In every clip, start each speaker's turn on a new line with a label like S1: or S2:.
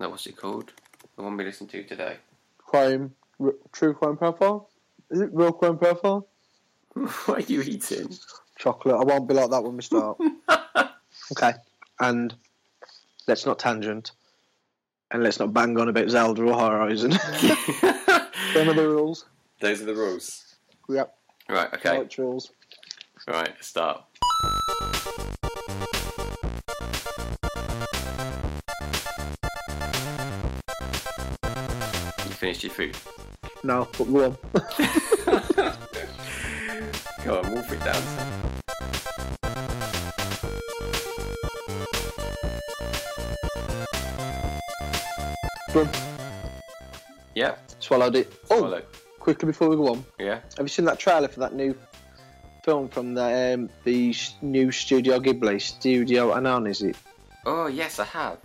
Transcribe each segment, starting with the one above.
S1: no, what's it called? The one we listened to today.
S2: Crime, r- true crime profile. Is it real crime profile?
S1: what are you eating?
S2: Chocolate. I won't be like that when we start. okay, and let's not tangent, and let's not bang on about Zelda or Horizon. Them are the rules.
S1: Those are the rules.
S2: Yep.
S1: Right, okay.
S2: Right rules.
S1: Right, let's start. You finished your food.
S2: No, but go on.
S1: Go on, wolf it down.
S2: Go on.
S1: Yeah.
S2: Swallowed it. Oh,
S1: Follow.
S2: quickly before we go on,
S1: Yeah.
S2: have you seen that trailer for that new film from the um, the s- new Studio Ghibli, Studio Anon? Is it?
S1: Oh yes, I have.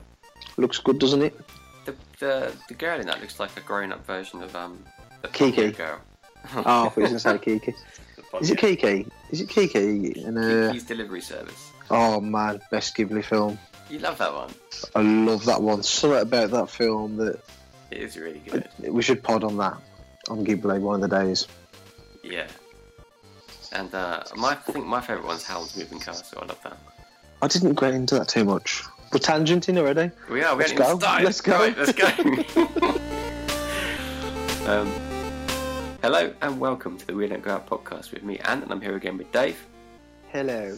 S2: Looks good, doesn't it?
S1: The the, the girl in that looks like a grown up version of um the
S2: Kiki.
S1: Pumpkin girl.
S2: Oh, I thought you were going to say Kiki. Is it Kiki? Is it Kiki? And uh,
S1: Kiki's delivery service.
S2: oh man, best Ghibli film.
S1: You love that one.
S2: I love that one. Something about that film that
S1: It is really good.
S2: we should pod on that on Ghibli one of the days.
S1: Yeah. And uh, my I think my favourite one's Howl's Moving Castle. I love that.
S2: I didn't get into that too much. We're tangenting already.
S1: We are. We
S2: Let's
S1: haven't even
S2: go.
S1: started.
S2: Let's go.
S1: Right, let's go. um, hello and welcome to the We Don't Go Out podcast with me, Ant, and I'm here again with Dave.
S2: Hello.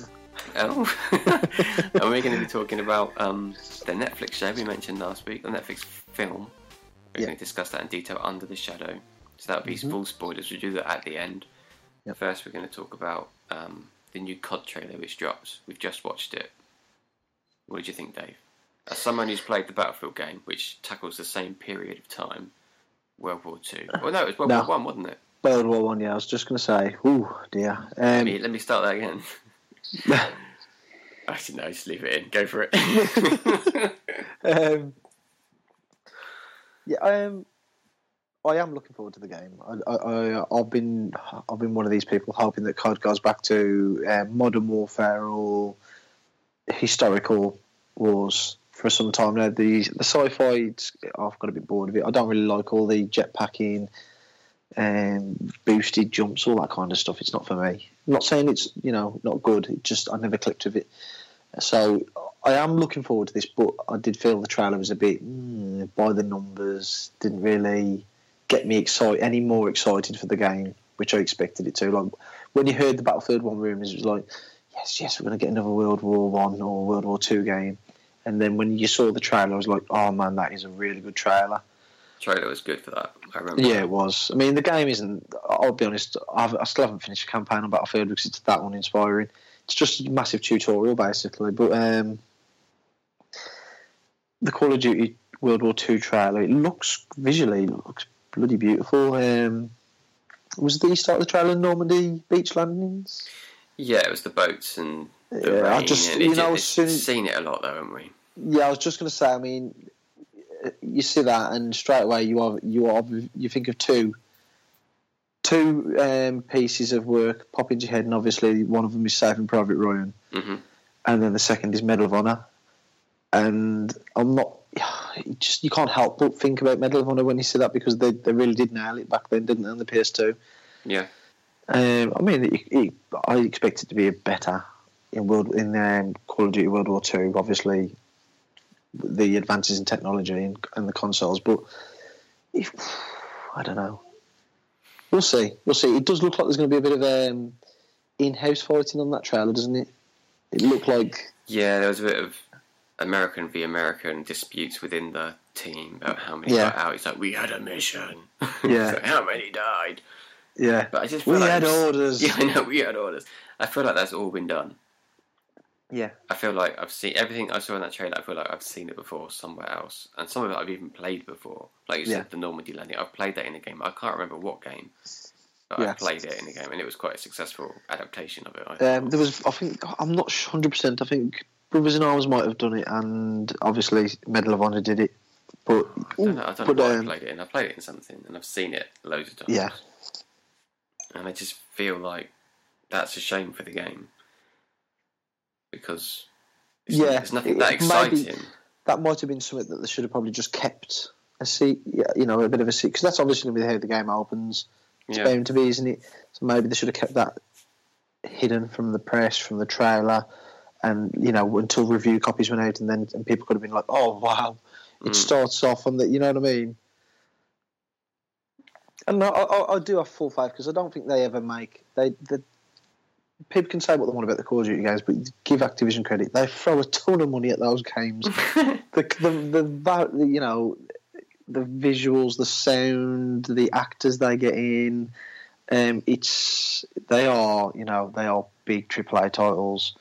S1: Oh. and we're going to be talking about um, the Netflix show we mentioned last week, the Netflix film. We're
S2: Yeah. Mm-hmm.
S1: going to discuss that in detail under the shadow. So that'll be full spoilers. We'll do that at the end.
S2: Yep.
S1: First, we're going to talk about um, the new COD trailer which drops. We've just watched it. What did you think, Dave? As someone who's played the Battlefield game, which tackles the same period of time, World War Two. Well, no, it was World
S2: No.
S1: War One, wasn't it?
S2: World War One. Yeah, I was just going to say. Ooh, dear.
S1: Let
S2: Um,
S1: me, let me start that again. Actually, no, just leave it in. Go for it.
S2: um, yeah, um, I am looking forward to the game. I, I, I, I've been I've been one of these people hoping that COD goes back to uh, modern warfare or historical wars for some time now. The the sci-fi, it's- I've got a bit bored of it. I don't really like all the jetpacking. Um, boosted jumps, all that kind of stuff. It's not for me. I'm not saying it's you know not good. It just I never clicked with it. So I am looking forward to this, but I did feel the trailer was a bit mm, by the numbers. Didn't really get me excited any more excited for the game, which I expected it to. Like when you heard the Battlefield One rumors, it was like, yes, yes, we're going to get another World War One or World War Two game. And then when you saw the trailer, I was like, oh man, that is a really good trailer.
S1: trailer was good for that. I remember.
S2: Yeah, it was. I mean, the game isn't. I'll be honest. I've, I still haven't finished the campaign on Battlefield because it's that uninspiring. It's just a massive tutorial basically. But um, the Call of Duty World War Two trailer. It looks visually it looks bloody beautiful. Um, was the start of the trailer Normandy beach landings?
S1: Yeah, it was the boats and the
S2: Yeah, I
S1: rain
S2: just-
S1: and
S2: you
S1: it-
S2: know,
S1: it's
S2: as soon as-
S1: seen it a lot though, haven't we?
S2: Yeah, I was just going to say. I mean, you see that, and straight away you are you are you think of two two um, pieces of work pop into your head, and obviously one of them is Saving Private Ryan,
S1: hmm
S2: and then the second is Medal of Honor. And I'm not you just you can't help but think about Medal of Honor when you see that because they, they really did nail it back then, didn't they? On the PS2.
S1: Yeah,
S2: Um, I mean, it, it, I expect it to be better in world in um, Call of Duty World War Two. Obviously, the advances in technology and, and the consoles, but if, I don't know. We'll see. We'll see. It does look like there's going to be a bit of um, in-house fighting on that trailer, doesn't it? It looked like
S1: yeah. There was a bit of American v American disputes within the team about how many
S2: Yeah.
S1: got out. It's like we had a mission.
S2: Yeah.
S1: so how many died?
S2: yeah.
S1: But I just feel
S2: We
S1: like
S2: had
S1: it's-
S2: orders.
S1: Yeah, I know we had orders. I feel like that's all been done.
S2: Yeah.
S1: I feel like I've seen everything I saw in that trailer. I feel like I've seen it before somewhere else, and some of it I've even played before. Like you
S2: Yeah.
S1: said, the Normandy landing. I've played that in a game. I can't remember what game, but I
S2: Yeah.
S1: played it in a game, and it was quite a successful adaptation of it. I thought.
S2: Um, there was, I think, I'm not 100. percent I think Brothers in Arms might have done it, and obviously Medal of Honor did it. But
S1: I don't know, I don't
S2: but,
S1: know why I
S2: um,
S1: played it in. I played it in something, and I've seen it loads of times.
S2: yeah,
S1: and I just feel like that's a shame for the game because it's,
S2: Yeah,
S1: it's nothing
S2: it-
S1: that
S2: it might be-
S1: exciting.
S2: that might have been something that they should have probably just kept a seat, you know, a bit of a seat because that's obviously going to be how the game opens. It's
S1: Yeah.
S2: bound to be, isn't it? So maybe they should have kept that hidden from the press, from the trailer, and you know, until review copies went out, and then and people could have been like, "Oh wow, it
S1: Mm.
S2: starts off on the," you know what I mean? And I, I, I do have full faith because I don't think they ever make they, they. People can say what they want about the Call of Duty games, but give Activision credit. They throw a ton of money at those games the the the, va- the you know the visuals, the sound, the actors they get in. Um, it's they are you know they are big AAA titles.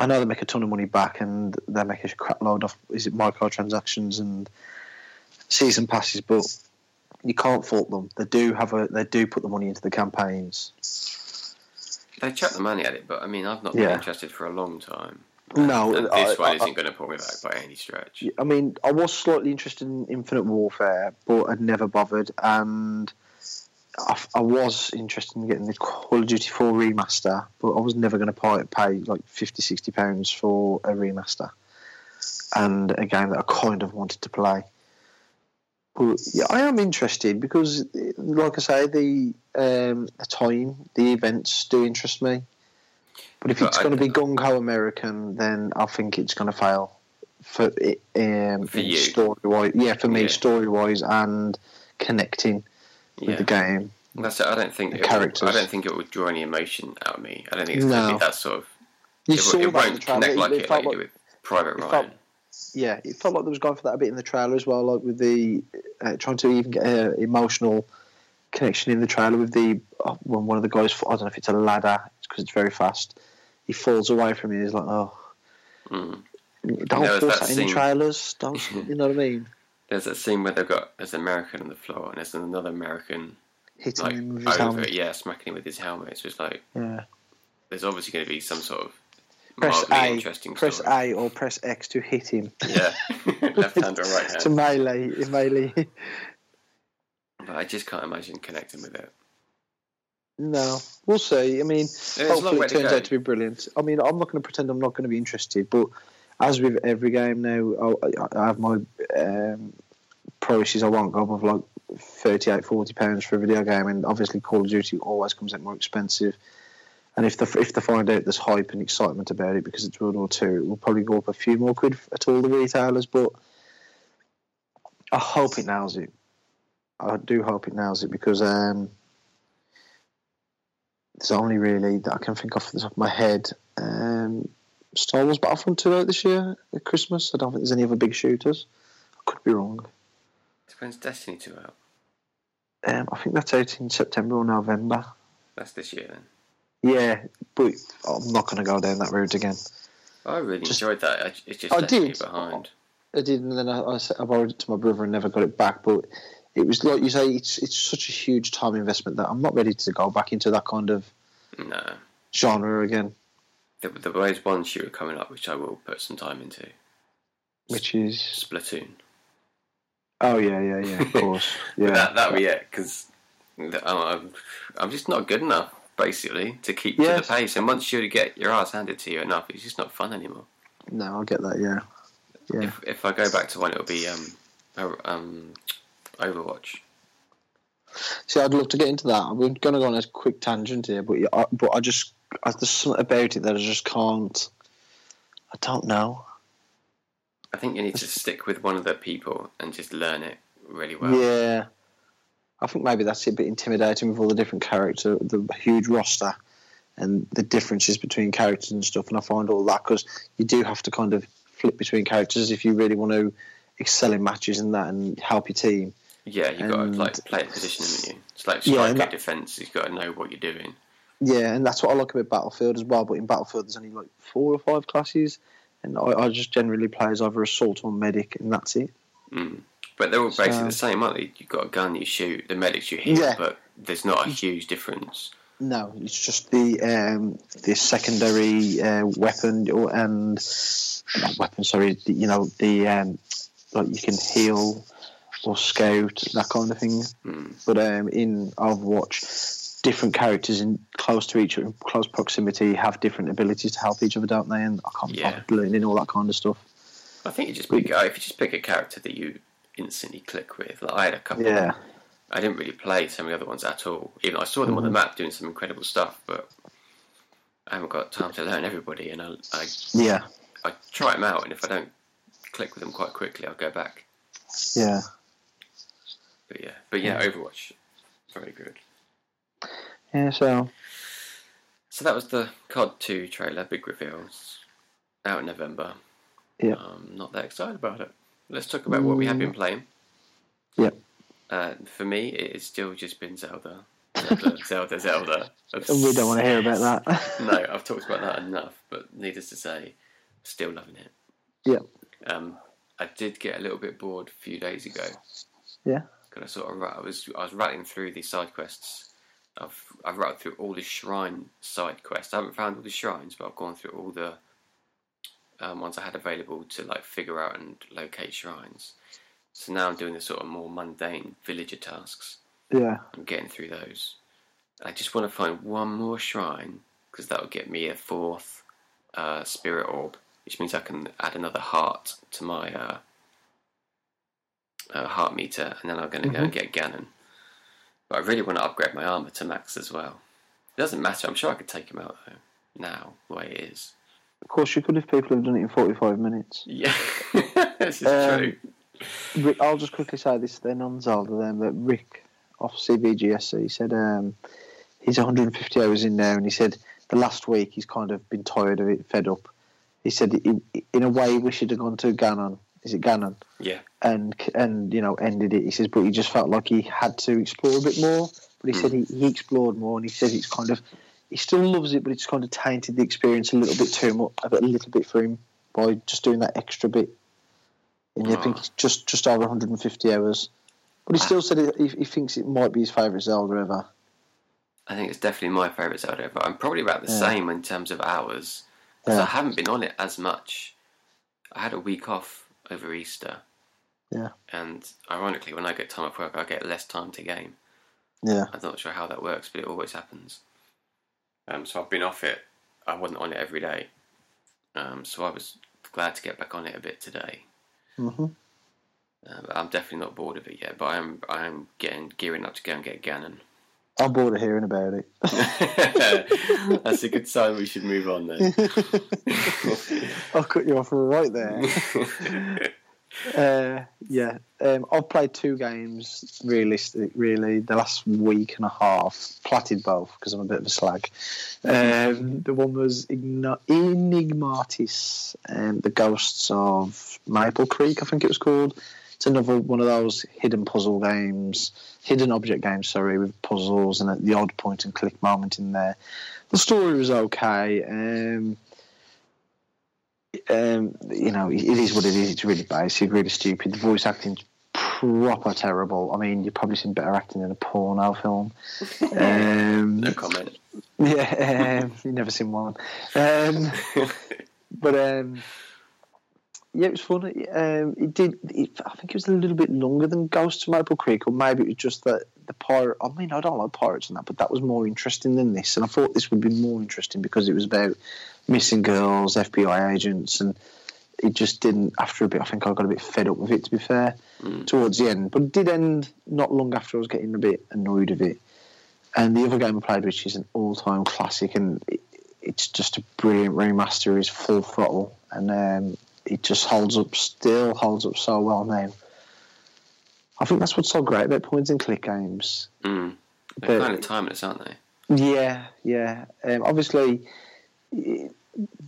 S2: I know they make a ton of money back, and they make a crap load of is it microtransactions and season passes, but you can't fault them. They do have a they do put the money into the campaigns.
S1: they chuck the money at it, but I mean, I've not been
S2: Yeah.
S1: interested for a long time.
S2: No,
S1: and this
S2: I-
S1: one
S2: I-
S1: isn't going to pull me back by any stretch.
S2: I mean, I was slightly interested in Infinite Warfare, but I'd never bothered, and I, I was interested in getting the Call of Duty 4 remaster, but I was never going to pay, pay like 50, 60 pounds for a remaster, and a game that I kind of wanted to play. But yeah, I am interested because, eh, like I say, the um, the time, the events do interest me. But if
S1: But
S2: it's
S1: I-
S2: going to be gung ho American, then I think it's going to fail for it, um,
S1: For you.
S2: story wise. Yeah, for me,
S1: Yeah.
S2: story wise and connecting with
S1: Yeah.
S2: the game.
S1: That's it. I don't think
S2: The
S1: it Will,
S2: characters.
S1: I don't think it will draw any emotion out of me. I don't think it's going to
S2: No.
S1: be that sort of.
S2: You
S1: it
S2: saw
S1: will- it
S2: that in the
S1: won't
S2: trailer.
S1: connect like
S2: it,
S1: it,
S2: felt
S1: like
S2: like,
S1: you did with Private
S2: it felt-
S1: Ryan.
S2: yeah, it felt like there was going for that a bit in the trailer as well, like with the uh, trying to even get an emotional connection in the trailer with the oh, when one of the guys. I don't know if it's a ladder because it's very fast. He falls away from you. He's like, oh,
S1: Mm.
S2: don't
S1: There was
S2: force
S1: that
S2: that in
S1: scene-
S2: trailers. Don't you know what I mean?
S1: There's that scene where they've got there's an American on the floor and there's another American
S2: Hitting
S1: like
S2: him with
S1: over
S2: his helmet.
S1: it, yeah, smacking him with his helmet. So it's like
S2: Yeah.
S1: there's obviously going to be some sort of
S2: Press
S1: mildly
S2: A,
S1: interesting
S2: Press
S1: story.
S2: A or press X to hit him.
S1: Yeah, left hand or right
S2: to
S1: hand.
S2: melee, melee.
S1: But I just can't imagine connecting with it.
S2: No, we'll see. I mean,
S1: a long
S2: hopefully
S1: way
S2: it
S1: to
S2: turns
S1: go.
S2: out to be brilliant. I mean, I'm not going to pretend I'm not going to be interested, but as with every game now, I, I have my um, prices I won't go above like 38 40 pounds for a video game, and obviously Call of Duty always comes out more expensive. And if the if they find out there's hype and excitement about it because it's World War Two, it will probably go up a few more quid at all the retailers. But I hope it nails it. I do hope it nails it because um, there's only really that I can think off the top of my head. Um, Star Wars Battlefront 2 out this year at Christmas. I don't think there's any other big shooters. I could be wrong.
S1: So when's Destiny two out?
S2: Um, I think that's out in September or November.
S1: That's this year then.
S2: Yeah, but I'm not going to go down that route again.
S1: I really
S2: Just- Oh,
S1: enjoyed that. I, it just
S2: I
S1: left me
S2: did.
S1: behind.
S2: I did, and then I, I, s- I borrowed it to my brother and never got it back. But it was like you say, it's it's such a huge time investment that I'm not ready to go back into that kind of
S1: No.
S2: genre again.
S1: There, there was one shooter coming up which I will put some time into.
S2: Which is
S1: Splatoon.
S2: oh yeah, yeah, yeah, of course,
S1: But
S2: yeah.
S1: That that'll be it because I'm, I'm just not good enough basically to keep to
S2: Yes.
S1: the pace. And once you get your ass handed to you enough, it's just not fun anymore.
S2: no, I get that. Yeah, yeah.
S1: If, if I go back to one, it'll be um, uh, um, Overwatch.
S2: See, I'd love to get into that. We're going to go on a quick tangent here, but yeah, I, but I just I, there's something about it that I just can't. I don't know.
S1: I think you need to stick with one of the people and just learn it really well.
S2: Yeah, I think maybe that's a bit intimidating with all the different character, the huge roster, and the differences between characters and stuff. And I find all that because you do have to kind of flip between characters if you really want to excel in matches and that and help your team.
S1: Yeah, you've got
S2: And-
S1: to like play a position, haven't you? It's like
S2: Yeah,
S1: striker
S2: and that-
S1: defense. You've got to know what you're doing.
S2: Yeah, and that's what I like about Battlefield as well. But in Battlefield, there's only like four or five classes, and I, I just generally play as either assault or medic, and that's it.
S1: Mm. But they're all basically
S2: So-
S1: the same, aren't they? You've got a gun, you shoot. The medics, you heal.
S2: Yeah.
S1: But there's not a huge difference.
S2: No, it's just the um, the secondary uh, weapon or and not weapon. Sorry, the, you know the um, like you can heal or scout that kind of thing.
S1: Mm.
S2: But um, in Overwatch, different characters in close to each other, in close proximity, have different abilities to help each other, don't they? And I can't be
S1: Yeah.
S2: bothered learning all that kind of stuff.
S1: I think you just pick uh, if you just pick a character that you instantly click with. Like I had a couple.
S2: Yeah.
S1: I didn't really play some of the other ones at all. Even though I saw them
S2: Mm-hmm.
S1: on the map doing some incredible stuff, but I haven't got time to learn everybody, and I I,
S2: Yeah.
S1: I try them out, and if I don't click with them quite quickly, I'll go back.
S2: Yeah.
S1: But yeah, but yeah,
S2: Mm.
S1: Overwatch, very good.
S2: Yeah. So
S1: So that was the COD 2 trailer, big reveals, out in November.
S2: Yeah. Mm.
S1: Um, not that excited about it. Let's talk about what we have been playing.
S2: Yeah.
S1: Uh, for me, it has still just been Zelda. Zelda, Zelda, Zelda.
S2: we don't want to hear about that.
S1: No, I've talked about that enough, but needless to say, still loving it.
S2: Yeah.
S1: Um, I did get a little bit bored a few days ago.
S2: Yeah.
S1: Because I sort of ra- I was I was rattling through these side quests. I've I've rattled through all the shrine side quests. I haven't found all the shrines, but I've gone through all the um, ones I had available to like figure out and locate shrines. So now I'm doing the sort of more mundane villager tasks.
S2: yeah.
S1: I'm getting through those. I just want to find one more shrine because that will get me a fourth uh, spirit orb, which means I can add another heart to my uh, uh, heart meter, and then I'm going to go and get Ganon. But I really want to upgrade my armor to max as well. It doesn't matter. I'm sure I could take him out though. Now, the way it is.
S2: Of course, you could if people have done it in forty-five minutes.
S1: Yeah, this is
S2: Um,
S1: true.
S2: Rick, I'll just quickly say this then on Zelda then that Rick off CBGSC said um, he's 150 hours in now and he said the last week he's kind of been tired of it, fed up. He said he, in a way we should have gone to Ganon. Is it Ganon?
S1: Yeah,
S2: And and you know ended it. He says, but he just felt like he had to explore a bit more. But he said he, he explored more and he says it's kind of he still loves it, but it's kind of tainted the experience a little bit too much, a bit- a little bit for him by just doing that extra bit. And I think
S1: Ah.
S2: it's just just over 150 hours. But he still said he, he thinks it might be his favourite Zelda ever.
S1: I think it's definitely my favourite Zelda ever. I'm probably about the
S2: Yeah.
S1: same in terms of hours. 'cause
S2: Yeah.
S1: I haven't been on it as much. I had a week off over Easter.
S2: Yeah.
S1: And ironically, when I get time off work, I get less time to game.
S2: Yeah,
S1: I'm not sure how that works, but it always happens. Um, so I've been off it. I wasn't on it every day. Um, so I was glad to get back on it a bit today.
S2: hmm
S1: Uh, but I'm definitely not bored of it yet, but I am. I am getting gearing up to go and get Ganon.
S2: I'm bored of hearing about it.
S1: That's a good sign. We should move on then.
S2: I'll cut you off right there. uh, yeah, um, I've played two games realistic, really the last week and a half. Platted both because I'm a bit of a slag. Um, the one was Igna- Enigmatis, um, the Ghosts of Maple Creek, I think it was called. It's another one of those hidden puzzle games, hidden object games, sorry, with puzzles and the odd point and click moment in there. The story was okay. Um, um, you know, it is what it is. It's really basic, really stupid. The voice acting's proper terrible. I mean, you've probably seen better acting in a porno film. Um,
S1: no comment.
S2: yeah, um, you've never seen one. Um, but um, yeah, it was fun. It, Um, it did. It, I think it was a little bit longer than Ghosts of Maple Creek, or maybe it was just that the pirate. I mean, I don't like pirates and that, but that was more interesting than this. And I thought this would be more interesting because it was about missing girls, FBI agents, and it just didn't. After a bit, I think I got a bit fed up with it. To be fair, towards the end, but it did end not long after I was getting a bit annoyed of it. And the other game I played, which is an all-time classic, and it, it's just a brilliant remaster, is Full Throttle, and um, it just holds up, still holds up so well now. I think that's what's so great about points and click games.
S1: Mm. They're
S2: But-
S1: kind of timeless, aren't they?
S2: Yeah, yeah. Um, obviously, it,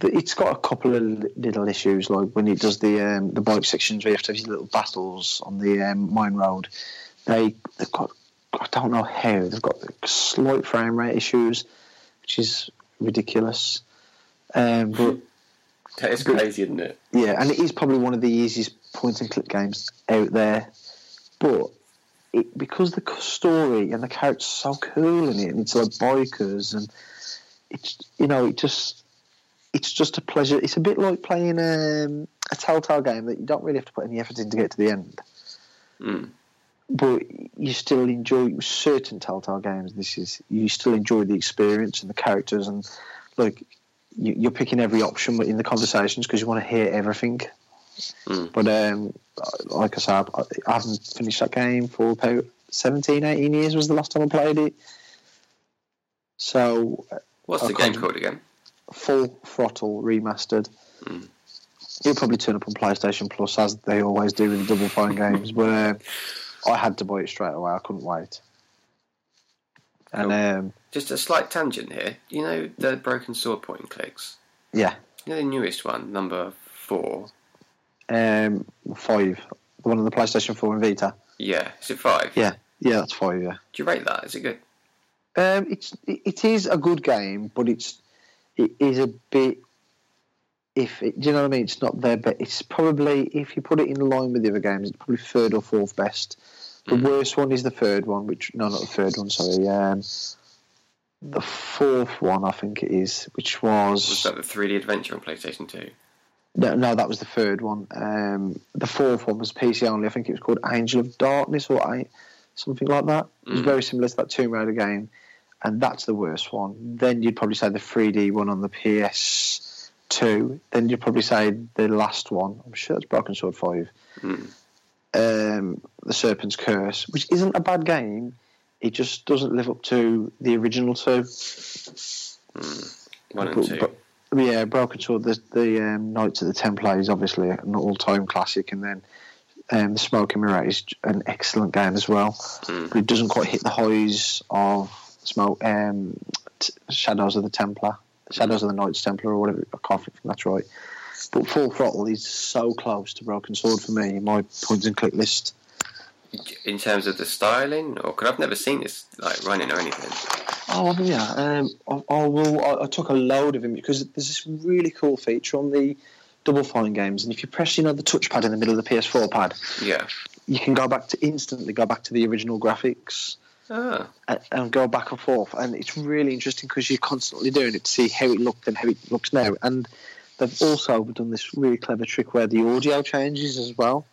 S2: it's got a couple of little issues, like when it does the um, the bike sections where you have to have these little battles on the um, mine road. They they've got I don't know how they've got slight frame rate issues, which is ridiculous. Um, but
S1: That is crazy, isn't it?
S2: yeah, and it is probably one of the easiest point and click games out there. But it, because the c- story and the characters are so cool in it, and it's like bikers, and it's you know it just it's just a pleasure. It's a bit like playing um, a Telltale game that you don't really have to put any effort in to get to the end,
S1: Mm.
S2: but you still enjoy certain Telltale games. This is you still enjoy the experience and the characters, and like you, you're picking every option in the conversations because you want to hear everything
S1: Mm.
S2: But um, like I said, I, I haven't finished that game for about 17, 18 years was the last time I played it. So
S1: What's
S2: I
S1: the game
S2: can't-
S1: called again?
S2: full throttle remastered.
S1: Mm.
S2: It'll probably turn up on PlayStation Plus as they always do with the double fine games. But um, I had to buy it straight away. I couldn't wait. And um,
S1: Just a slight tangent here. You know the broken sword point and clicks.
S2: yeah,
S1: You know the newest one, number four.
S2: um, five. The one on the PlayStation Four and Vita.
S1: Yeah, is it five?
S2: Yeah, yeah, that's five. Yeah.
S1: Do you rate that? Is it good?
S2: Um, it's it it is a good game, but it's it is a bit. If it, do you know what I mean? It's not there, but it's probably if you put it in line with the other games, it's probably third or fourth best. The
S1: Mm.
S2: worst one is the third one, which no, not the third one. Sorry, um, the fourth one I think it is, which
S1: Was
S2: was
S1: that the 3D adventure on PlayStation Two?
S2: no, no, that was the third one. Um, the fourth one was PC only. I think it was called Angel of Darkness or I, something like that. It was
S1: Mm.
S2: very similar to that Tomb Raider game, and that's the worst one. Then you'd probably say the 3D one on the PS2. Then you'd probably say the last one. I'm sure it's Broken Sword 5.
S1: Mm.
S2: Um, the Serpent's Curse, which isn't a bad game. It just doesn't live up to the original two.
S1: Hmm. One and
S2: But-
S1: two.
S2: but- yeah, Broken Sword, the, the um, Knights of the Templar is obviously an all time classic, and then um, The Smoking Mirror is j- an excellent game as well.
S1: Mm.
S2: But it doesn't quite hit the highs of Smoke um, t- Shadows of the Templar, Shadows of the Knights Templar, or whatever. I can't think if that's right. But Full Throttle is so close to Broken Sword for me in my point and click list.
S1: In terms of the styling, or because I've never seen this like running or anything.
S2: Oh yeah, um, I, I will. I, I took a load of him because there's this really cool feature on the Double Fine games, and if you press, you know, the touchpad in the middle of the PS4 pad,
S1: Yeah.
S2: you can go back to instantly go back to the original graphics
S1: Ah.
S2: and, and go back and forth, and it's really interesting because you're constantly doing it to see how it looked and how it looks now, and they've also done this really clever trick where the audio changes as well.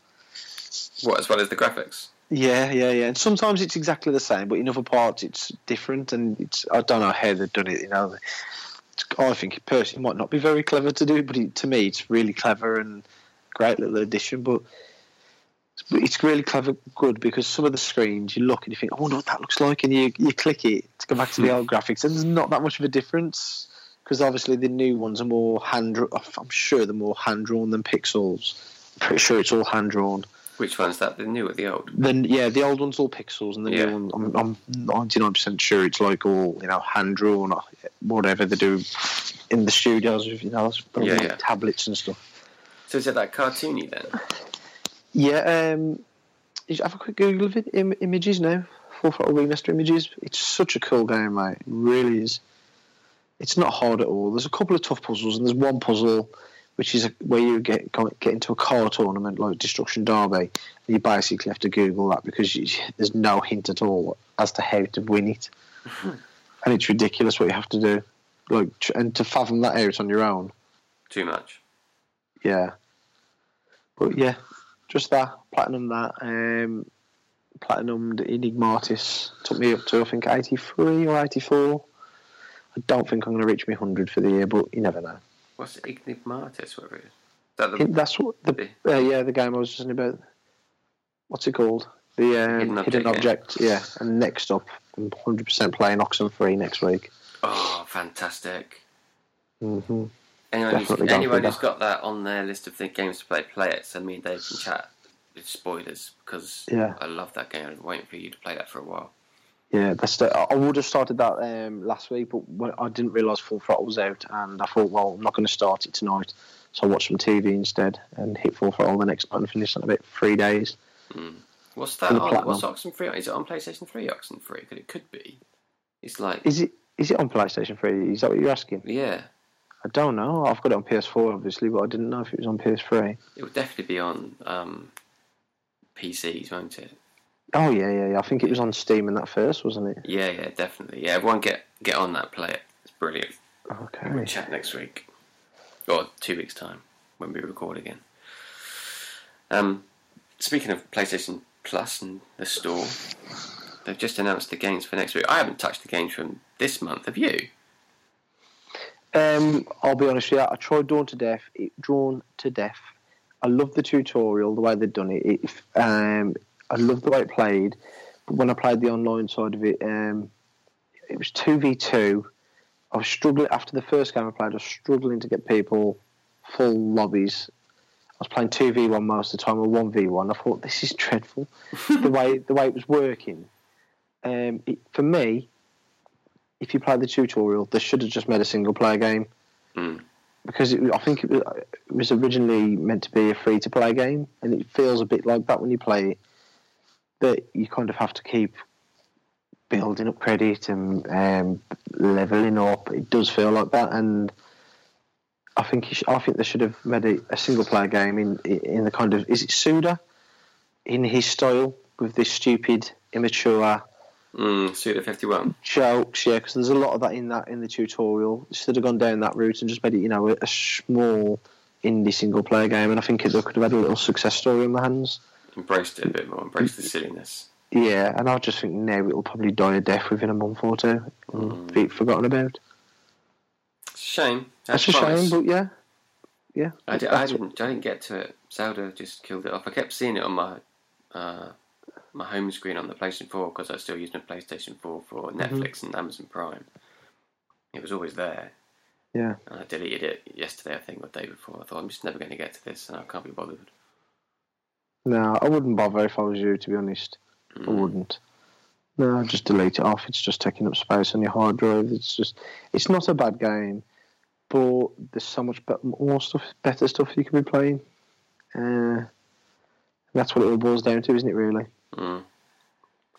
S1: What as well as the graphics?
S2: Yeah, yeah, yeah. And sometimes it's exactly the same, but in other parts it's different, and it's I don't know how they've done it. You know, It's- I think personally it might not be very clever to do, but it, to me it's really clever and great little addition. But but it's really clever, good because some of the screens you look and you think, oh, I wonder what that looks like, and you you click it to go back to the old graphics, and there's not that much of a difference because obviously the new ones are more hand. dra- I'm sure they're more hand drawn than pixels. Pretty sure it's all hand drawn.
S1: Which one's that? The new or the old?
S2: Then yeah, the old one's all pixels, and the
S1: Yeah.
S2: new one, I'm I'm ninety nine percent sure it's like all you know hand drawn or whatever they do in the studios with you know those
S1: Yeah,
S2: little
S1: yeah.
S2: tablets and stuff.
S1: So is it that cartoony then?
S2: Yeah, um, you should have a quick Google of it. Im- images now, full throttle remaster images. It's such a cool game, mate. It really is. It's not hard at all. There's a couple of tough puzzles, and there's one puzzle which is a, where you get go- get into a car tournament like Destruction Derby, and you basically have to Google that because you, there's no hint at all as to how to win it, and it's ridiculous what you have to do. Like, tr- and to fathom that out on your own,
S1: Too much.
S2: yeah. But yeah, just that platinum that um, platinumed Enigmatis took me up to I think eighty three or eighty four. I don't think I'm going to reach my hundred for the year, but you never know.
S1: What's Enigmatis? Whatever it is. Is that
S2: I
S1: the
S2: think that's what the uh, yeah the game I was talking about. What's it called? The um,
S1: Hidden
S2: hidden,
S1: Object,
S2: object,
S1: yeah.
S2: yeah. And next up, I'm hundred percent playing Oxen Free next week.
S1: Oh, fantastic.
S2: hmm
S1: Anyone, who's,
S2: Definitely don't
S1: anyone
S2: do
S1: who's got that on their list of thi- games to play, play it. So me and Dave can chat with spoilers because
S2: Yeah.
S1: I love that game. I've been waiting for you to play that for a while.
S2: Yeah, that's the, I I would have started that um, last week, but when I didn't realise Full Throttle was out, and I thought, well, I'm not going to start it tonight, so I watched some TV instead and hit Full Throttle the next night and finished that in about three days.
S1: Mm. What's that?
S2: And the
S1: On,
S2: Platinum.
S1: what's Oxen Free? on? Is it on PlayStation Three? Oxen Free? Because it could be. It's like
S2: Is it is it on PlayStation Three? Is that what you're asking?
S1: yeah,
S2: I don't know. I've got it on PS4 obviously, but I didn't know if it was on PS3.
S1: it will definitely be on um, PCs, won't it?
S2: Oh yeah, yeah, yeah. I think it was on Steam in that first, wasn't it?
S1: Yeah, yeah, definitely. Yeah, everyone get get on that, play it. It's brilliant. We'll
S2: Okay.
S1: chat next week or two weeks time when we record again. Um, speaking of PlayStation Plus and the store, they've just announced the games for next week. I haven't touched the games from this month. Have you?
S2: Um, I'll be honest with you. I tried Dawn to Death. It, Drawn to Death. I love the tutorial, the way they've done it. it um, I love the way it played. But when I played the online side of it, um, it was 2v2. I was struggling, after the first game I played, I was struggling to get people full lobbies. I was playing 2v1 most of the time or 1v1. I thought, this is dreadful. the, way, the way it was working. Um, it, for me, if you play the tutorial, they should have just made a single player game.
S1: Mm.
S2: because it, I think it was, it was originally meant to be a free to play game, and it feels a bit like that when you play it. That you kind of have to keep building up credit and um, leveling up. It does feel like that, and I think you sh- I think they should have made a, a single player game in in the kind of is it Suda in his style with this stupid immature
S1: Mm, Suda 51.
S2: jokes, yeah, because there's a lot of that in that in the tutorial. Should have gone down that route and just made it, you know, a, a small indie single player game, and I think it they could have had a little success story in their hands.
S1: Embraced it a bit more, embraced the silliness.
S2: Yeah, and I just think now it'll probably die a death within a month or two and
S1: Mm.
S2: be forgotten about.
S1: Shame.
S2: That's
S1: Had
S2: a shame,
S1: promise.
S2: but yeah, yeah.
S1: I, di- I
S2: that's-
S1: didn't. I didn't get to it. Zelda just killed it off. I kept seeing it on my uh, my home screen on the PlayStation 4 because I still used my PlayStation 4 for Netflix and Amazon Prime. It was always there.
S2: Yeah.
S1: And I deleted it yesterday, I think, or the day before. I thought I'm just never going to get to this, and I can't be bothered.
S2: No, I wouldn't bother if I was you. To be honest, I
S1: Mm.
S2: wouldn't. No, I'd just delete it off. It's just taking up space on your hard drive. It's just, it's not a bad game, but there's so much bet- more stuff, better stuff you could be playing. Uh, that's what it all boils down to, isn't it? Really?
S1: Mm.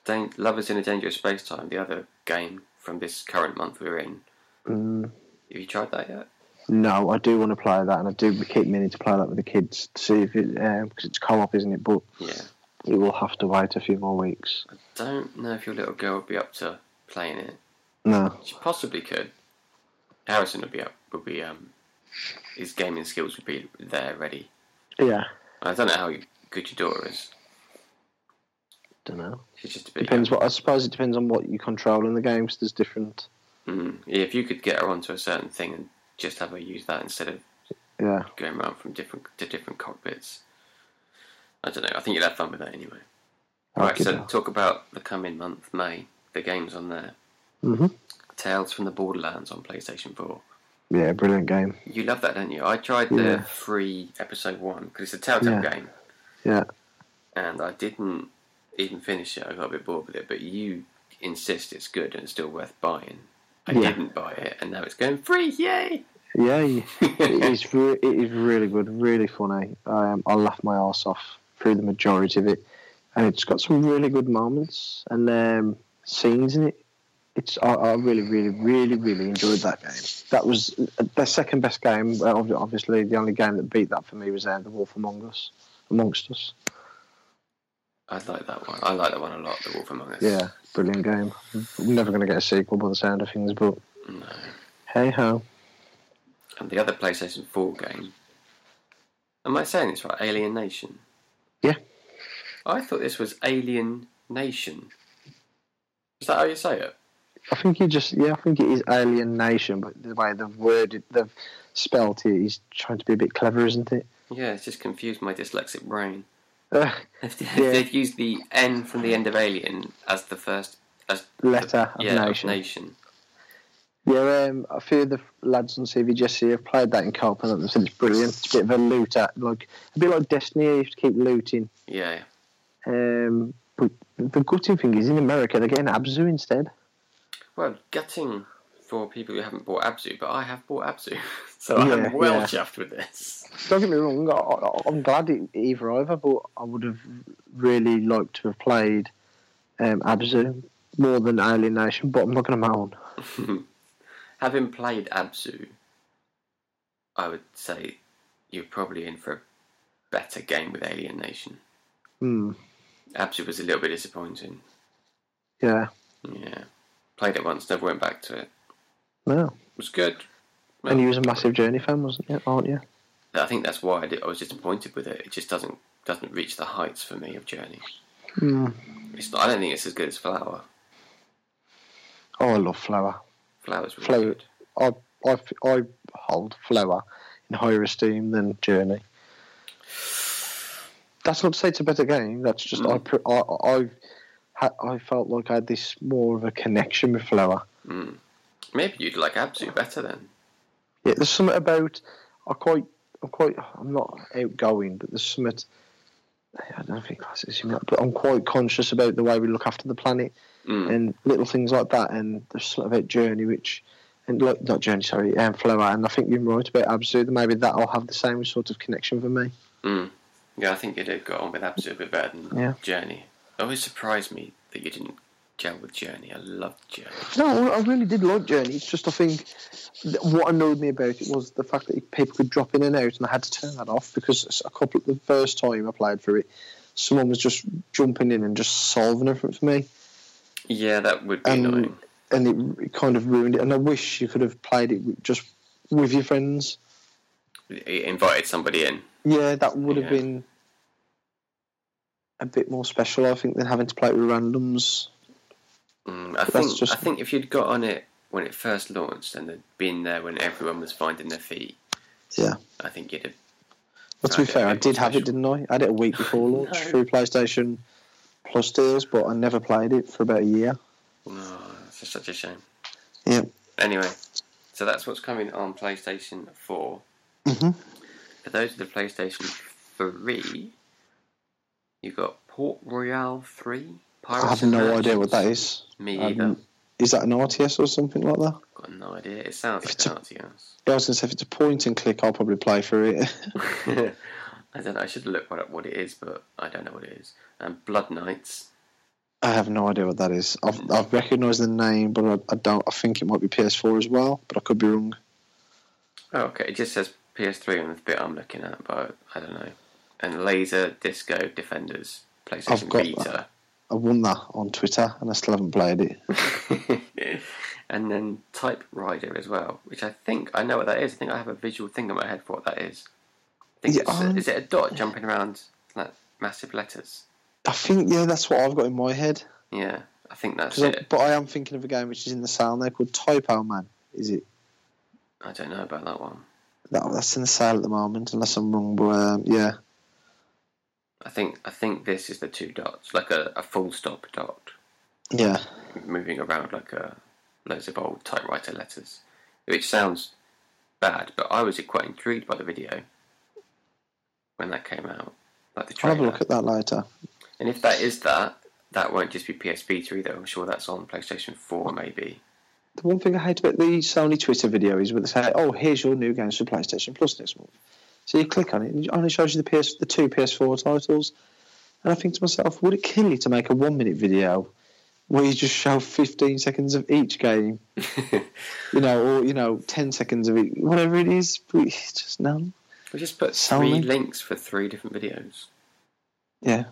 S1: Dan- Love is in a dangerous space time. The other game from this current month we're in.
S2: Mm,
S1: Have you tried that yet?
S2: no, I do want to play that, and I do keep meaning to play that with the kids to see if it because it's co-op, isn't it? But
S1: Yeah.
S2: it will have to wait a few more weeks.
S1: Don't know if your little girl would be up to playing it.
S2: No,
S1: She possibly could. Harrison would be up. Would be um, his gaming skills would be there ready.
S2: yeah,
S1: I don't know how good your daughter is.
S2: don't know.
S1: She's just a bit.
S2: Depends what I suppose it depends on what you control in the game. 'cause there's different.
S1: Mm, yeah, if you could get her onto a certain thing and just have her use that instead of
S2: Yeah.
S1: going around from different to different cockpits. I don't know. I think you'd have fun with that anyway. All right.
S2: Okay.
S1: So talk about the coming month, May. The games on there.
S2: Mhm.
S1: Tales from the Borderlands on PlayStation Four.
S2: Yeah, brilliant game.
S1: You love that, don't you? I tried the
S2: Yeah.
S1: free episode one because it's a Telltale
S2: Yeah.
S1: game.
S2: Yeah.
S1: and I didn't even finish it. I got a bit bored with it, but you insist it's good and it's still worth buying. I
S2: Yeah.
S1: didn't buy it, and now it's going free. Yay!
S2: Yeah, you- it is, re- it is really good, really funny. Um, I laughed my arse off through the majority of it. And it's got some really good moments and um, scenes in it. It's I, I really, really, really, really enjoyed that game. That was uh, their second best game. Well, ob- Obviously, the only game that beat that for me was uh, The Wolf Among Us, Amongst Us.
S1: I like that one. I like that one a lot. The Wolf Among Us.
S2: Yeah, brilliant game. We're never going to get a sequel by the sound of things, but
S1: No.
S2: hey ho.
S1: And the other PlayStation Four game. Am I saying this right? Alien Nation.
S2: Yeah.
S1: I thought this was Alien Nation. Is that how you say it?
S2: I think you just yeah, I think it is alienation, but the way they've worded they've spelt it is trying to be a bit clever, isn't it?
S1: Yeah, it's just confused my dyslexic brain.
S2: Uh,
S1: If
S2: Yeah.
S1: they'd used the N from the end of Alien as the first as
S2: letter of
S1: yeah,
S2: nation.
S1: Of nation.
S2: Yeah, um, a few of the lads on CVJC have played that in co-op and they said it's brilliant. It's a bit of a loot act, like a bit like Destiny. You have to keep looting.
S1: Yeah.
S2: Um, but the gutting thing is in America they're getting Abzu instead.
S1: Well, gutting for people who haven't bought Abzu, but I have bought Abzu, so
S2: Yeah,
S1: I'm well
S2: yeah.
S1: chuffed with this.
S2: Don't get me wrong, I, I, I'm glad it, either either, but I would have really liked to have played um, Abzu more than Alienation, but I'm not going to moan.
S1: Having played Abzu, I would say you're probably in for a better game with Alien Nation.
S2: Hmm.
S1: Abzu was a little bit disappointing.
S2: Yeah.
S1: Yeah, played it once, never went back to it.
S2: No.
S1: It was good.
S2: And you was a massive Journey fan, wasn't you? Aren't you?
S1: I think that's why I, did, I was disappointed with it. It just doesn't doesn't reach the heights for me of Journey.
S2: Mm.
S1: It's not, I don't think it's as good as Flower.
S2: Oh, I love Flower.
S1: Flower's really
S2: Flower-
S1: good.
S2: I, I, I hold Flower in higher esteem than Journey. that's not to say it's a better game. That's just I pr I, I, I've ha- I felt like I had this more of a connection with Flower.
S1: Mm. Maybe you'd like Abzu better then.
S2: Yeah, there's something about I quite I'm quite I'm not outgoing, but there's something. I don't think classes, but I'm quite conscious about the way we look after the planet
S1: Mm.
S2: and little things like that. And there's something about Journey, which and like not Journey, sorry, um, Flower. And I think you're right about Abzu. that Maybe that'll have the same sort of connection for me.
S1: Mm. Yeah, I think you did got on with Abzu a bit better than
S2: Yeah.
S1: Journey. It always surprised me that you didn't gel with Journey. I loved Journey.
S2: No, I really did like Journey. It's just I think th- what annoyed me about it was the fact that people could drop in and out, and I had to turn that off because s- a couple the first time I played for it, someone was just jumping in and just solving everything for me,
S1: Yeah, that would be
S2: Um,
S1: annoying.
S2: and it, it kind of ruined it. And I wish you could have played it with- just with your friends.
S1: It invited somebody in.
S2: Yeah, that would have
S1: Yeah.
S2: been a bit more special, I think, than having to play it with randoms.
S1: Mm, I
S2: that's
S1: think
S2: just-
S1: I think if you'd got on it when it first launched and had been there when everyone was finding their feet,
S2: Yeah.
S1: I think you'd have.
S2: But to be
S1: Okay,
S2: fair, I
S1: maybe
S2: did have it,
S1: special.
S2: didn't I? I had it a week before launch
S1: No.
S2: through PlayStation Plus deals, but I never played it for about a year.
S1: Oh, it's just such a shame.
S2: Yeah.
S1: Anyway, so that's what's coming on PlayStation 4.
S2: Mhm.
S1: For those with the PlayStation 3, you've got Port Royal 3. Pirates
S2: I have
S1: and
S2: no idea
S1: Merchants.
S2: what that is.
S1: Me
S2: I
S1: either.
S2: haven't- Is that an RTS or something like that?
S1: Got no idea. It sounds
S2: If
S1: like
S2: it's a-
S1: an RTS.
S2: Yeah, I was going to say, if it's a point and click, I'll probably play for it.
S1: I don't know. I should look what, what it is, but I don't know what it is. And Blood Knights.
S2: I have no idea what that is. I've, I've recognised the name, but I, I don't. I think it might be PS4 as well, but I could be wrong.
S1: Oh, okay. It just says PS3 on the bit I'm looking at, but I don't know. And Laser Disco Defenders. PlayStation
S2: got
S1: Vita.
S2: I won that on Twitter, and I still haven't played it.
S1: and then typewriter as well, which I think I know what that is. I think I have a visual thing in my head for what that is. I think
S2: Yeah,
S1: it's, uh,
S2: um,
S1: is it a dot jumping around like massive letters?
S2: I think, yeah, that's what I've got in my head.
S1: Yeah, I think that's
S2: 'Cause I-
S1: it.
S2: but I am thinking of a game which is in the sale now called Typo Man. Is it?
S1: I don't know about that one.
S2: That, that's in the sale at the moment, unless I'm wrong. But um, yeah,
S1: I think I think this is the two dots, like a, a full stop dot
S2: yeah,
S1: moving around like a loads of old typewriter letters, which sounds bad, but I was quite intrigued by the video when that came out, like the
S2: I'll
S1: trailer.
S2: have a look at that later.
S1: And if that is that, that won't just be PSP three though. I'm sure that's on PlayStation four maybe.
S2: The one thing I hate about the Sony Twitter video is where they say, "Oh, here's your new games for PlayStation Plus next month." So you click on it, and it only shows you the PS, the two PS4 titles. And I think to myself, would it kill you to make a one-minute video where you just show 15 seconds of each game, you know, or you know, 10 seconds of each, whatever it is? But it's just no,
S1: We just put three
S2: Sony?
S1: links for three different videos.
S2: yeah.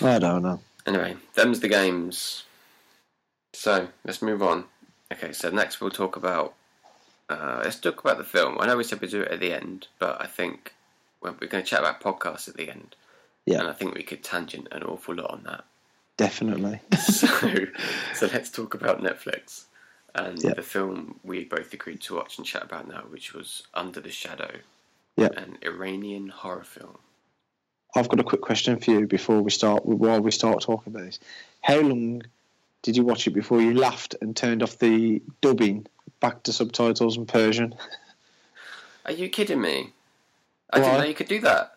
S2: I don't know.
S1: Anyway, them's the games. So let's move on. Okay, so next we'll talk about. Uh, let's talk about the film. I know we said we'd do it at the end, but I think well, we're going to chat about podcasts at the end.
S2: Yeah.
S1: And I think we could tangent an awful lot on that.
S2: Definitely.
S1: so, so let's talk about Netflix and
S2: Yep.
S1: the film we both agreed to watch and chat about now, which was Under the Shadow,
S2: Yep.
S1: an Iranian horror film.
S2: I've got a quick question for you before we start. While we start talking about this, how long did you watch it before you laughed and turned off the dubbing back to subtitles and Persian?
S1: Are you kidding me? I didn't
S2: Why?
S1: know you could do that.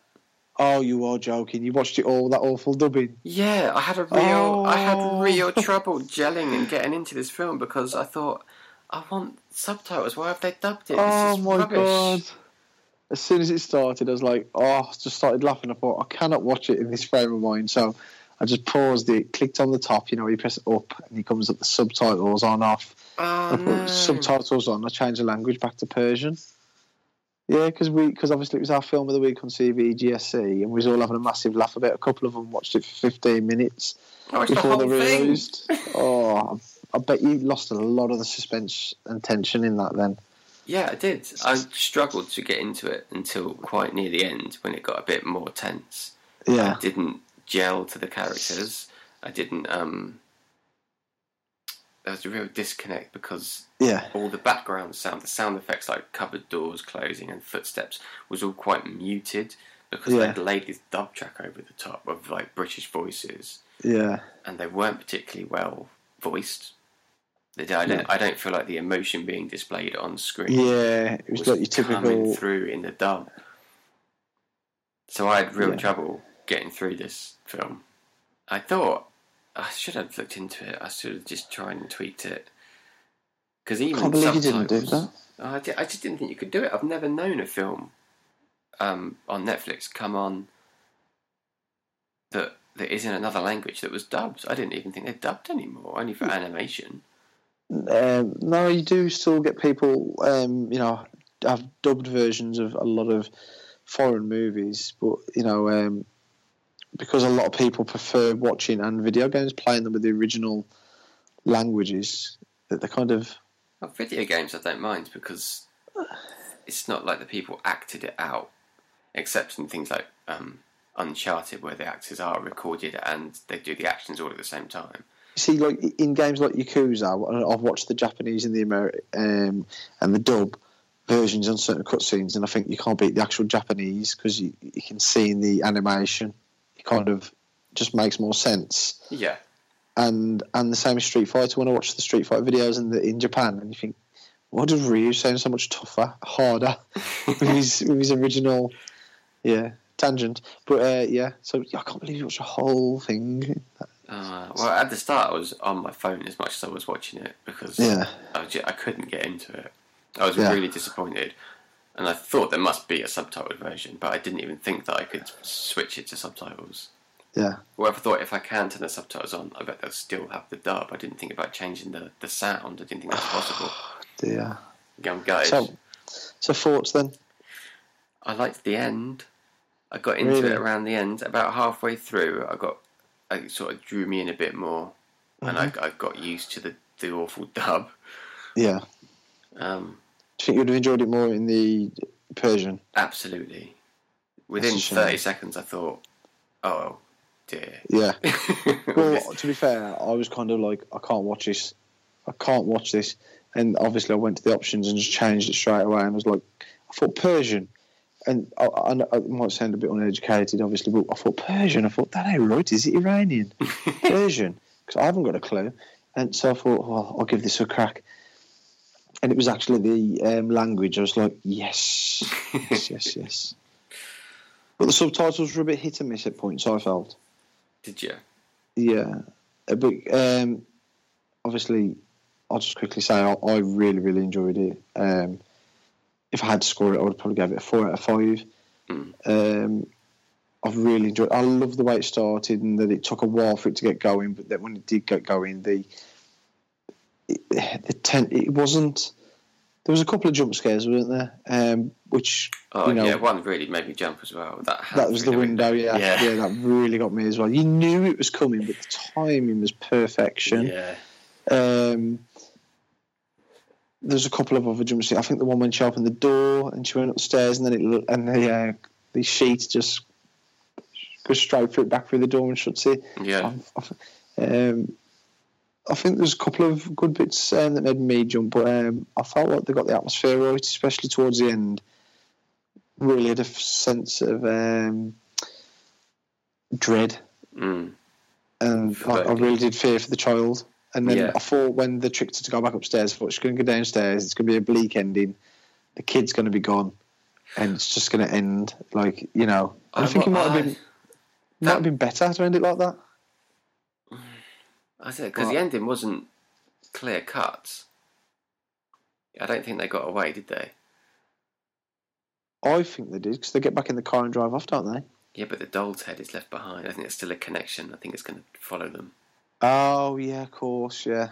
S2: Oh, you are joking! You watched it all that awful dubbing.
S1: Yeah, I had a real, I had
S2: Oh.
S1: real trouble gelling and getting into this film because I thought, I want subtitles. Why have they dubbed it? This
S2: oh
S1: is
S2: my
S1: rubbish.
S2: god! As soon as it started, I was like, oh, I just started laughing. I thought I cannot watch it in this frame of mind, so I just paused it, clicked on the top. You know, you press up, and it comes up the subtitles on off.
S1: Oh
S2: I put
S1: no.
S2: subtitles on. I changed the language back to Persian. Yeah, because we because obviously it was our film of the week on CV GSC, and we was all having a massive laugh about. it. A couple of them watched it for fifteen minutes
S1: I watched the
S2: before they
S1: whole thing.
S2: realised. oh, I bet you lost a lot of the suspense and tension in that. Then
S1: Yeah, I did. I struggled to get into it until quite near the end when it got a bit more tense.
S2: yeah,
S1: I didn't gel to the characters. I didn't. Um, there was a real disconnect because
S2: yeah,
S1: all the background sound, the sound effects like cupboard doors closing and footsteps, was all quite muted. because
S2: Yeah.
S1: they'd laid this dub track over the top of like British voices,
S2: Yeah.
S1: and they weren't particularly well voiced. They, I don't, I don't feel like the emotion being displayed on screen
S2: Yeah. It was, like your
S1: coming
S2: typical.
S1: through in the dub. So I had real
S2: Yeah.
S1: trouble getting through this film. I thought I should have looked into it. I should have just tried and tweaked it. Because even
S2: can't believe you didn't
S1: subtitles,
S2: do that.
S1: I, di- I just didn't think you could do it. I've never known a film um, on Netflix come on that that is in another language that was dubbed. I didn't even think they dubbed anymore, only
S2: Hmm.
S1: for animation.
S2: Um, no, you do still get people, um, you know, have dubbed versions of a lot of foreign movies, but you know, um, because a lot of people prefer watching and video games playing them with the original languages, that they kind of
S1: Well, video games I don't mind because it's not like the people acted it out, except in things like um, Uncharted, where the actors are recorded and they do the actions all at the same time.
S2: You see, like in games like Yakuza, I- I've watched the Japanese and the Ameri- um, and the dub versions on certain cutscenes, and I think you can't beat the actual Japanese because you, you can see in the animation, it kind of just makes more sense
S1: Yeah,
S2: and and the same as Street Fighter. When I watch the Street Fighter videos in the, in Japan, and you think, why does Ryu sound so much tougher, harder with his with his original, yeah, tangent? But uh, yeah, so I can't believe you watched the whole thing.
S1: Uh, well, at the start, I was on my phone as much as I was watching it because
S2: Yeah.
S1: I, was ju- I couldn't get into it. I was
S2: Yeah.
S1: really disappointed, and I thought there must be a subtitled version, but I didn't even think that I could switch it to subtitles.
S2: Yeah.
S1: Well, I thought if I can turn the subtitles on, I bet they'll still have the dub. I didn't think about changing the, the sound. I didn't think that's possible.
S2: Yeah.
S1: Young guys,
S2: So, so thoughts then?
S1: I liked the end. I got into
S2: Really?
S1: it around the end. About halfway through, I got, it sort of drew me in a bit more, and
S2: Mm-hmm.
S1: I, I got used to the, the awful dub.
S2: Yeah.
S1: Um,
S2: Do you think you'd have enjoyed it more in the Persian?
S1: absolutely. Within
S2: a shame.
S1: 30 seconds, I thought, oh dear.
S2: Yeah. Well,
S1: This-
S2: to be fair, I was kind of like, I can't watch this. I can't watch this. And obviously, I went to the options and just changed it straight away. And I was like, I thought Persian. And I, I, know- it might sound a bit uneducated, obviously, but I thought Persian. I thought, that ain't right. Is it Iranian? Persian. Because I haven't got a clue. And so I thought, well, I'll give this a crack. And it was actually the um, language. I was like, yes, yes, yes, yes. But the subtitles were a bit hit and miss at points, I felt.
S1: Did you?
S2: Yeah, Uh, but um, obviously, I'll just quickly say I, I really, really enjoyed it. Um, if I had to score it, I would probably give it a four out of five.
S1: Mm.
S2: Um, I've really enjoyed. I love the way it started and that it took a while for it to get going, but that when it did get going, the it, the ten, it wasn't. There was a couple of jump scares, weren't there? Um, which
S1: Oh
S2: you know,
S1: yeah, one really made me jump as well. That hand
S2: that was the
S1: through
S2: window, yeah.
S1: Yeah.
S2: yeah. that really got me as well. You knew it was coming, but the timing was perfection.
S1: Yeah,
S2: Um, there's a couple of other jump scares. I think the one when she opened the door and she went upstairs, and then it lo- and the uh, the sheet just goes straight through back through the door and shuts it.
S1: yeah.
S2: I've- I've- um, I think there's a couple of good bits um, that made me jump, but um, I felt like they got the atmosphere right, especially towards the end. Really had a f- sense of um, dread,
S1: Mm.
S2: and I, I really did fear for the child. And then
S1: Yeah.
S2: I thought when they tricked her to go back upstairs, I thought she's going to go downstairs. It's going to be a bleak ending. The kid's going to be gone, and it's just going to end like you know. And I,
S1: I-
S2: think it might
S1: I-
S2: have been might have been better to end it like that.
S1: I said because the
S2: Right.
S1: ending wasn't clear cut. I don't think they got away, did they?
S2: I think they did because they get back in the car and drive off, don't they?
S1: Yeah, but the doll's head is left behind. I think there's still a connection. I think it's going to follow them
S2: Oh yeah, of course, yeah,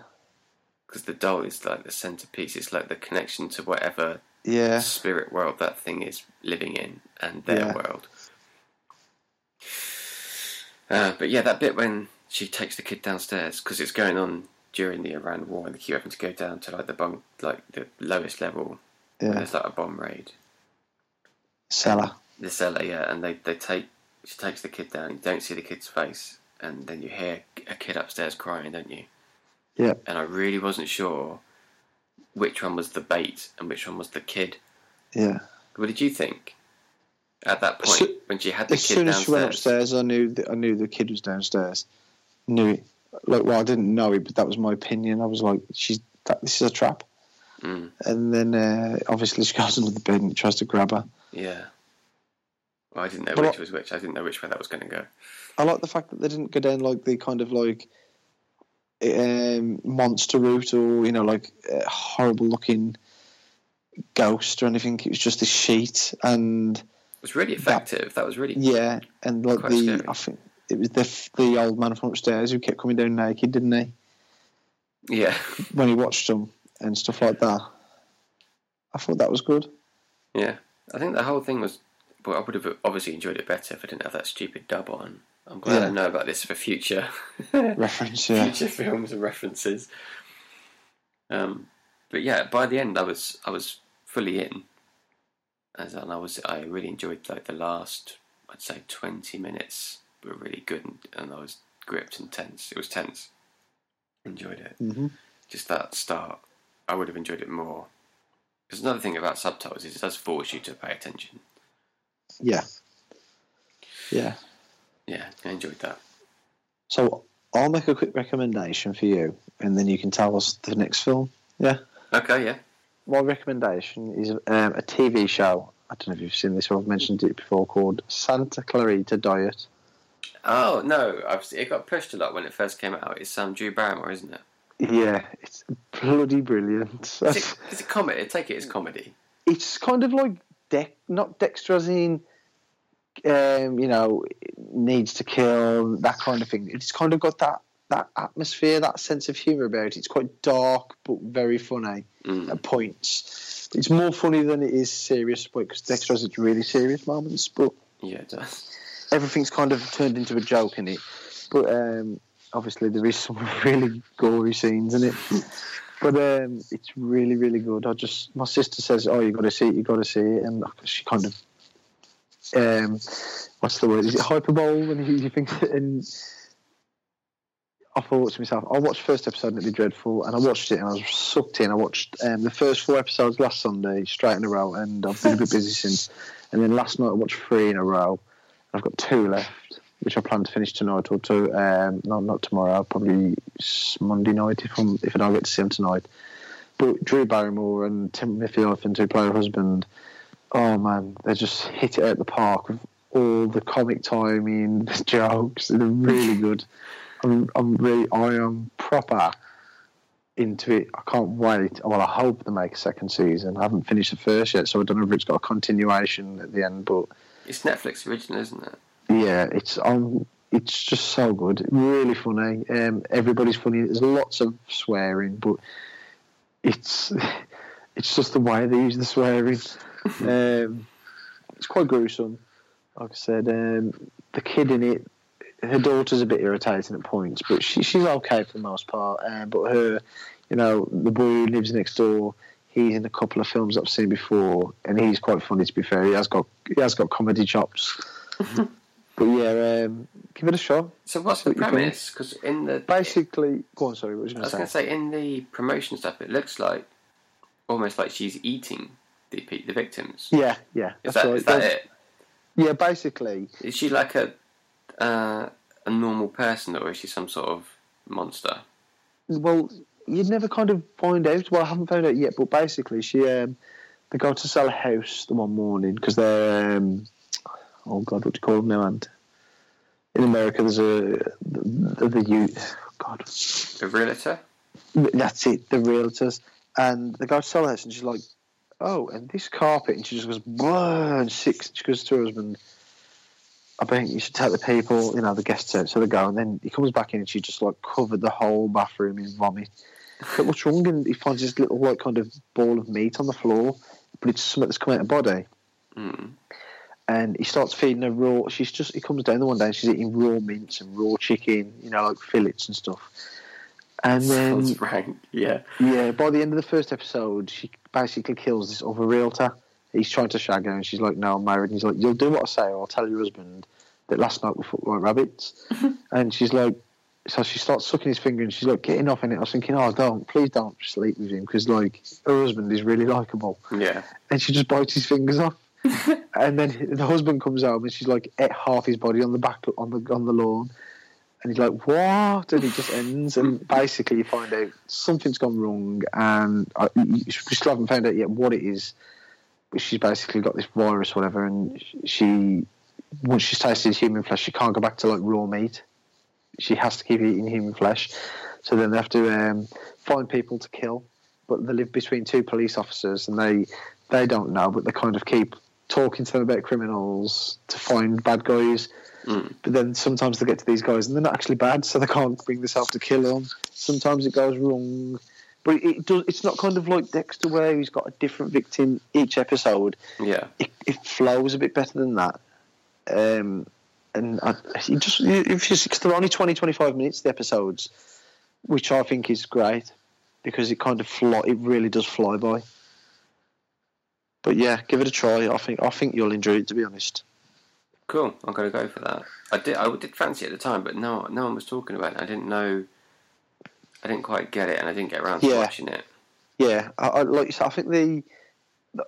S1: because the doll is like the centerpiece. It's like the connection to whatever
S2: yeah.
S1: spirit world that thing is living in and their
S2: Yeah.
S1: world. Uh, but yeah, that bit when she takes the kid downstairs because it's going on during the Iran War and they keep having to go down to like the bunk, like the lowest level. Yeah.
S2: Yeah.
S1: There's like a bomb raid.
S2: Seller.
S1: The cellar, yeah, and they they take she takes the kid down. You don't see the kid's face, and then you hear a kid upstairs crying, don't you?
S2: Yeah.
S1: And I really wasn't sure which one was the bait and which one was the kid.
S2: Yeah.
S1: What did you think? at that point
S2: soo-
S1: when she had the
S2: As
S1: kid
S2: soon as
S1: downstairs.
S2: she went upstairs, I knew that I knew the kid was downstairs. Knew it. Like, well, I didn't know it, but that was my opinion. I was like, she's that, this is a trap.
S1: Mm,
S2: And then uh, obviously she goes under the bed and tries to grab her.
S1: yeah. Well, I didn't know
S2: But
S1: which
S2: I-
S1: was which. I didn't know which way that was going to go.
S2: I like the fact that they didn't go down like the kind of like um, monster route or you know like uh, horrible looking ghost or anything. It was just a sheet and
S1: It was really effective. That, was really.
S2: yeah, and like
S1: Quite
S2: the
S1: scary.
S2: I think it was the the old man from upstairs who kept coming down naked, didn't he?
S1: Yeah.
S2: When he watched them and stuff like that. I thought that was good.
S1: Yeah. I think the whole thing was. Well, I would have obviously enjoyed it better if I didn't have that stupid dub on. I'm glad I
S2: Yeah.
S1: know about this for future.
S2: Reference, yeah.
S1: future films and references. Um, but yeah, by the end, I was I was fully in, as and I was I really enjoyed like the last I'd say twenty minutes were really good and, and I was gripped and tense. It was tense. Enjoyed it.
S2: hmm
S1: Just that start, I would have enjoyed it more. Because another thing about subtitles is it does force you to pay attention.
S2: Yeah. Yeah.
S1: Yeah, I enjoyed that.
S2: So I'll make a quick recommendation for you, and then you can tell us the next film. Yeah.
S1: Okay, yeah,
S2: My recommendation is um, a TV show. I don't know if you've seen this or I've mentioned it before, called Santa Clarita Diet.
S1: Oh no, I've, it got pushed a lot when it first came out. It's um, Drew Barrymore, isn't it?
S2: Yeah, it's bloody brilliant.
S1: Is it, is it comedy? Take it as comedy.
S2: it's kind of like Dex, not Dexter as in, um, you know, needs to kill that kind of thing. It's kind of got that that atmosphere, that sense of humour about it. It's quite dark but very funny
S1: Mm.
S2: at points. It's more funny than it is serious because Dexter has its really serious moments, but
S1: Yeah, it does.
S2: everything's kind of turned into a joke in it. But um, obviously, there is some really gory scenes in it. But um, it's really, really good. I just my sister says, "Oh, you got to see it. You got to see it," and she kind of, um, what's the word? Is it hyperbole? And you, you think, and I thought to myself, I watched the first episode and it'd be dreadful, and I watched it and I was sucked in. I watched um, the first four episodes last Sunday straight in a row, and I've been a bit busy since. And then last night I watched three in a row. I've got two left, which I plan to finish tonight or two. Um, no, not tomorrow. Probably s- Monday night if I'm, if I don't get to see him tonight. But Drew Barrymore and Timothy Olyphant, who play her husband, oh man, they just hit it out the park with all the comic timing, the jokes. They're really good. I'm, I'm really, I am proper into it. I can't wait. Well, I hope they make a second season. I haven't finished the first yet, so I don't know if it's got a continuation at the end, but.
S1: It's Netflix original, isn't it?
S2: Yeah, it's um, it's just so good, really funny. Um, everybody's funny. There's lots of swearing, but it's it's just the way they use the swearing. Um, it's quite gruesome. Like I said, um, the kid in it, her daughter's a bit irritating at points, but she she's okay for the most part. Um, but her, you know, the boy who lives next door. He's in a couple of films I've seen before, and he's quite funny. To be fair, he has got he has got comedy chops. But yeah, um, give it a shot.
S1: So what's the
S2: What you think?
S1: premise? Because in the
S2: Basically, go on. Sorry, what was you
S1: I
S2: going
S1: was
S2: to
S1: going
S2: say?
S1: to say in the promotion stuff, it looks like almost like she's eating the pe- the victims.
S2: Yeah, yeah.
S1: Is
S2: That's
S1: that
S2: right.
S1: is that
S2: Yeah,
S1: it?
S2: Yeah, basically,
S1: Is she like a uh, a normal person, or is she some sort of monster?
S2: well, you'd never kind of find out. Well, I haven't found out yet, but basically, she um, they go to sell a house the one morning because they're um, oh god, what do you call them now? And in America, there's a the, the youth. God,
S1: A realtor?
S2: that's it, the realtors. And the guy selling this, and she's like, oh, and this carpet. And she just goes, "Whoa," and six. She goes to her husband, I think you should take the people, you know, the guests out. So they go, and then he comes back in, and she just like covered the whole bathroom in vomit. But what's wrong? And he finds this little like kind of ball of meat on the floor, but it's something that's come out of her body
S1: Mm.
S2: and he starts feeding her raw. She's just he comes down the one day and she's eating raw mince and raw chicken, you know, like fillets and stuff. And then
S1: Sounds rank. Yeah.
S2: yeah, by the end of the first episode, she basically kills this other realtor. He's trying to shag her, and she's like, "No, I'm married." And he's like, "You'll do what I say, or I'll tell your husband that last night we fucked like rabbits." and she's like, so she starts sucking his finger, and she's like, "Getting off in it." I was thinking, "Oh, don't, please don't sleep with him," because like her husband is really likable
S1: Yeah.
S2: and she just bites his fingers off. and then the husband comes home and she's like at half his body on the back on the on the lawn, and he's like, "What?" And it just ends, and basically you find out something's gone wrong, and uh, I, we still haven't found out yet what it is. But she's basically got this virus, whatever, and she once she's tasted human flesh, she can't go back to like raw meat. She has to keep eating human flesh. So then they have to um, find people to kill, but they live between two police officers, and they they don't know, but they kind of keep talking to them about criminals to find bad guys.
S1: Mm.
S2: But then sometimes they get to these guys and they're not actually bad, so they can't bring themselves to kill them. Sometimes it goes wrong, but it, it does. It's not kind of like Dexter where he's got a different victim each episode.
S1: Yeah.
S2: It, it flows a bit better than that. Um, and I, it just if you, cause they're only 20, 25 minutes the episodes, which I think is great because it kind of fly. It really does fly by. But yeah, give it a try. I think I think you'll enjoy it. To be honest,
S1: Cool. I'm gonna go for that. I did. I did fancy it at the time, but no, no one was talking about it. I didn't know. I didn't quite get it, and I didn't get around to
S2: Yeah.
S1: watching it.
S2: yeah. I, I like. you said, I think the.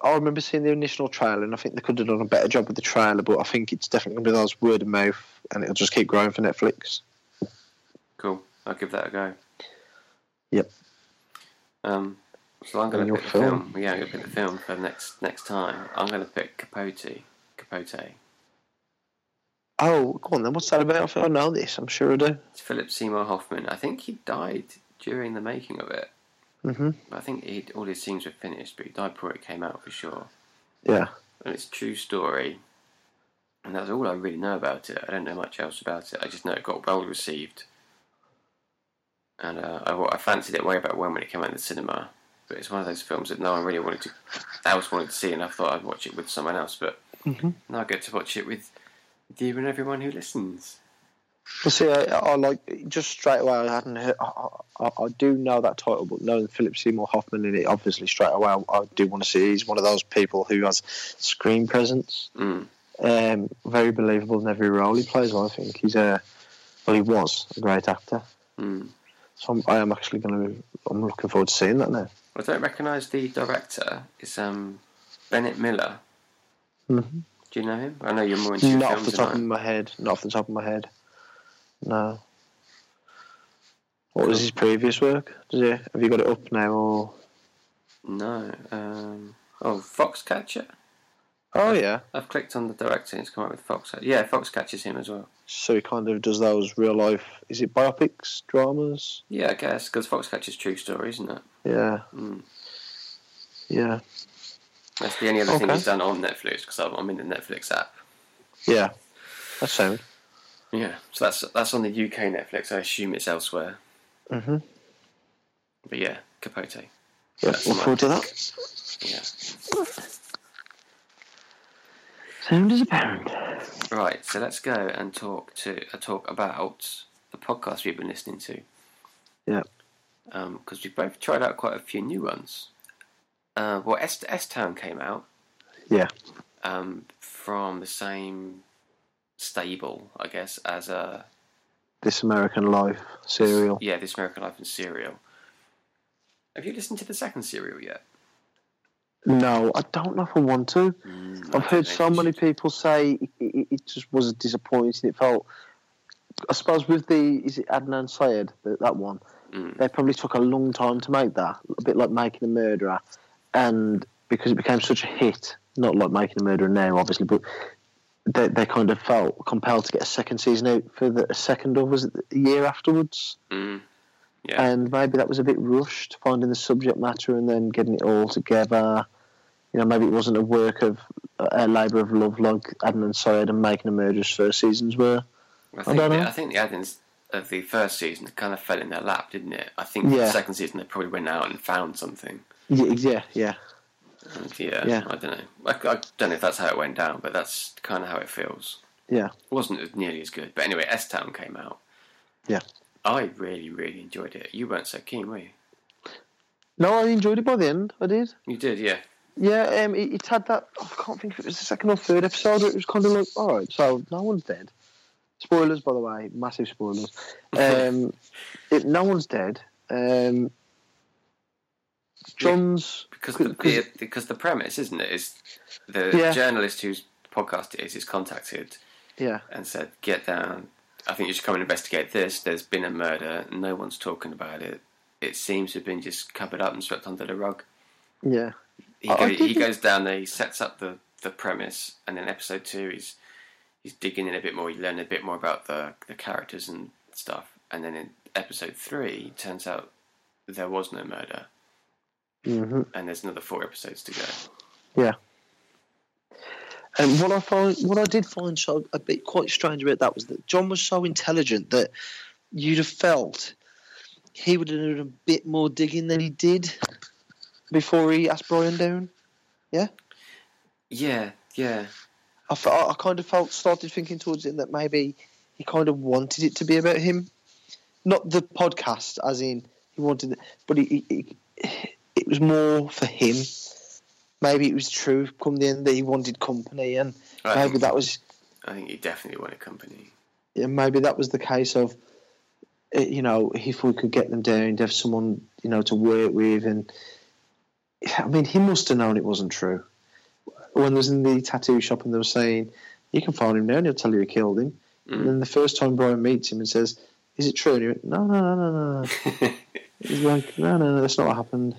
S2: I remember seeing the initial trailer, and I think they could have done a better job with the trailer. But I think it's definitely going to be those word of mouth, and it'll just keep growing for Netflix.
S1: Cool. I'll give that a go.
S2: Yep.
S1: Um, so I'm
S2: And
S1: going to
S2: your
S1: pick the film. Yeah, I'm going to pick the film for next next time. I'm going to pick Capote. Capote.
S2: Oh, go on then. What's that about? I think I know this. I'm sure I do.
S1: It's Philip Seymour Hoffman. I think he died during the making of it.
S2: hmm
S1: But I think he, all his scenes were finished, but he died before it came out for sure.
S2: Yeah.
S1: And it's a true story. And that's all I really know about it. I don't know much else about it. I just know it got well received. And uh, I, wa- I fancied it way back when when it came out in the cinema. But it's one of those films that no one really wanted to, else wanted to see, and I thought I'd watch it with someone else. But
S2: Mm-hmm.
S1: now I get to watch it with you and everyone who listens.
S2: Well, see, I, I like just straight away. I hadn't heard. I, I, I do know that title, but knowing Philip Seymour Hoffman in it, obviously straight away, I, I do want to see. He's one of those people who has screen presence.
S1: Mm.
S2: Um, very believable in every role he plays. I think he's a well, he was a great actor.
S1: Mm.
S2: So I'm, I am actually going to. I'm looking forward to seeing that now.
S1: I don't recognise the director. It's um, Bennett Miller.
S2: Mhm.
S1: Do you know him? I know you're more into
S2: Not off
S1: films
S2: the
S1: than
S2: top
S1: I
S2: of
S1: am.
S2: my head. Not off the top of my head. No. What was his previous work? Does he, have you got it up now? Or
S1: No. Um, oh, Foxcatcher.
S2: oh yeah.
S1: I've clicked on the director and it's come up with Foxcatcher. Yeah, Foxcatcher's him as well.
S2: So he kind of does those real life. Is it biopics, dramas?
S1: Yeah, I guess, because Foxcatcher's true story, isn't it?
S2: Yeah,
S1: Mm.
S2: yeah,
S1: That's the only other thing
S2: Okay.
S1: he's done on Netflix, because I'm in the Netflix app.
S2: yeah. That's sound.
S1: Yeah, so that's that's on the UK Netflix. I assume it's elsewhere.
S2: Mm-hmm.
S1: But yeah, Capote.
S2: Yeah,
S1: That's
S2: look
S1: my
S2: forward to that.
S1: Yeah.
S2: Sound is a pound.
S1: Right, so let's go and talk to uh, talk about the podcast we've been listening to.
S2: Yeah.
S1: Because we've both tried out quite a few new ones. Uh, well, S S Town came out.
S2: Yeah.
S1: Um, from the same stable, I guess, as uh,
S2: This American Life serial.
S1: yeah, This American Life and Serial. Have you listened to the second serial yet?
S2: No, I don't know if I want to.
S1: Mm,
S2: I've heard so many people say it, it, it just was disappointing. It felt. I suppose with the is it Adnan Syed that, that one
S1: Mm.
S2: they probably took a long time to make that a bit like making a murderer and because it became such a hit not like making a murderer now obviously but they, they kind of felt compelled to get a second season out for the a second or was it the year afterwards
S1: Mm. Yeah.
S2: and maybe that was a bit rushed finding the subject matter and then getting it all together you know maybe it wasn't a work of a labour of love like Adnan Syed and making a murderer's first seasons were
S1: I think,
S2: don't
S1: the,
S2: know.
S1: I think the add-ins of the first season kind of fell in their lap, didn't it? I think the
S2: Yeah.
S1: second season they probably went out and found something.
S2: yeah yeah yeah
S1: And yeah,
S2: Yeah.
S1: I don't know. I, I don't know if that's how it went down, but that's kind of how it feels.
S2: yeah
S1: It wasn't as- nearly as good. But anyway, S Town came out.
S2: Yeah.
S1: I really, really enjoyed it. You weren't so keen, were you?
S2: no I enjoyed it by the end I did
S1: You did, yeah.
S2: Yeah, um, it, it had that. I can't think if it was the second or third episode. Where it was kind of like, all right, so no one's dead. Spoilers, by the way, massive spoilers. Um, it, no one's dead. Um, John's
S1: Because the,
S2: Could-
S1: the, because the premise, isn't it, is the
S2: Yeah.
S1: journalist whose podcast it is is contacted
S2: Yeah.
S1: and said, "Get down. I think you should come and investigate this. There's been a murder. No one's talking about it. It seems to have been just covered up and swept under the rug."
S2: Yeah.
S1: He,
S2: Oh, I-
S1: go,
S2: I
S1: he
S2: didn't-
S1: goes down there. He sets up the, the premise, and then episode two, he's he's digging in a bit more. You learn a bit more about the the characters and stuff, and then in episode three, it turns out there was no murder,
S2: hmm
S1: and there's another four episodes to go.
S2: And what I find, what I did find so a bit quite strange about that was that John was so intelligent that you'd have felt he would have done a bit more digging than he did before he asked Brian down.
S1: Yeah, yeah,
S2: I, fe- I kind of felt started thinking towards it that maybe he kind of wanted it to be about him, not the podcast, as in he wanted it, but he, he, he- it was more for him. Maybe it was true come the end that he wanted company, and
S1: I
S2: maybe
S1: think,
S2: that was
S1: I think he definitely wanted company.
S2: yeah, maybe that was the case of eh, you know if we could get them down to have someone you know to work with and i mean he must have known it wasn't true when I was in the tattoo shop and they were saying you can phone him now and he'll tell you he killed him and then the first time brian meets him and says is it true and he went no no no no no no." he's like no no no that's not what happened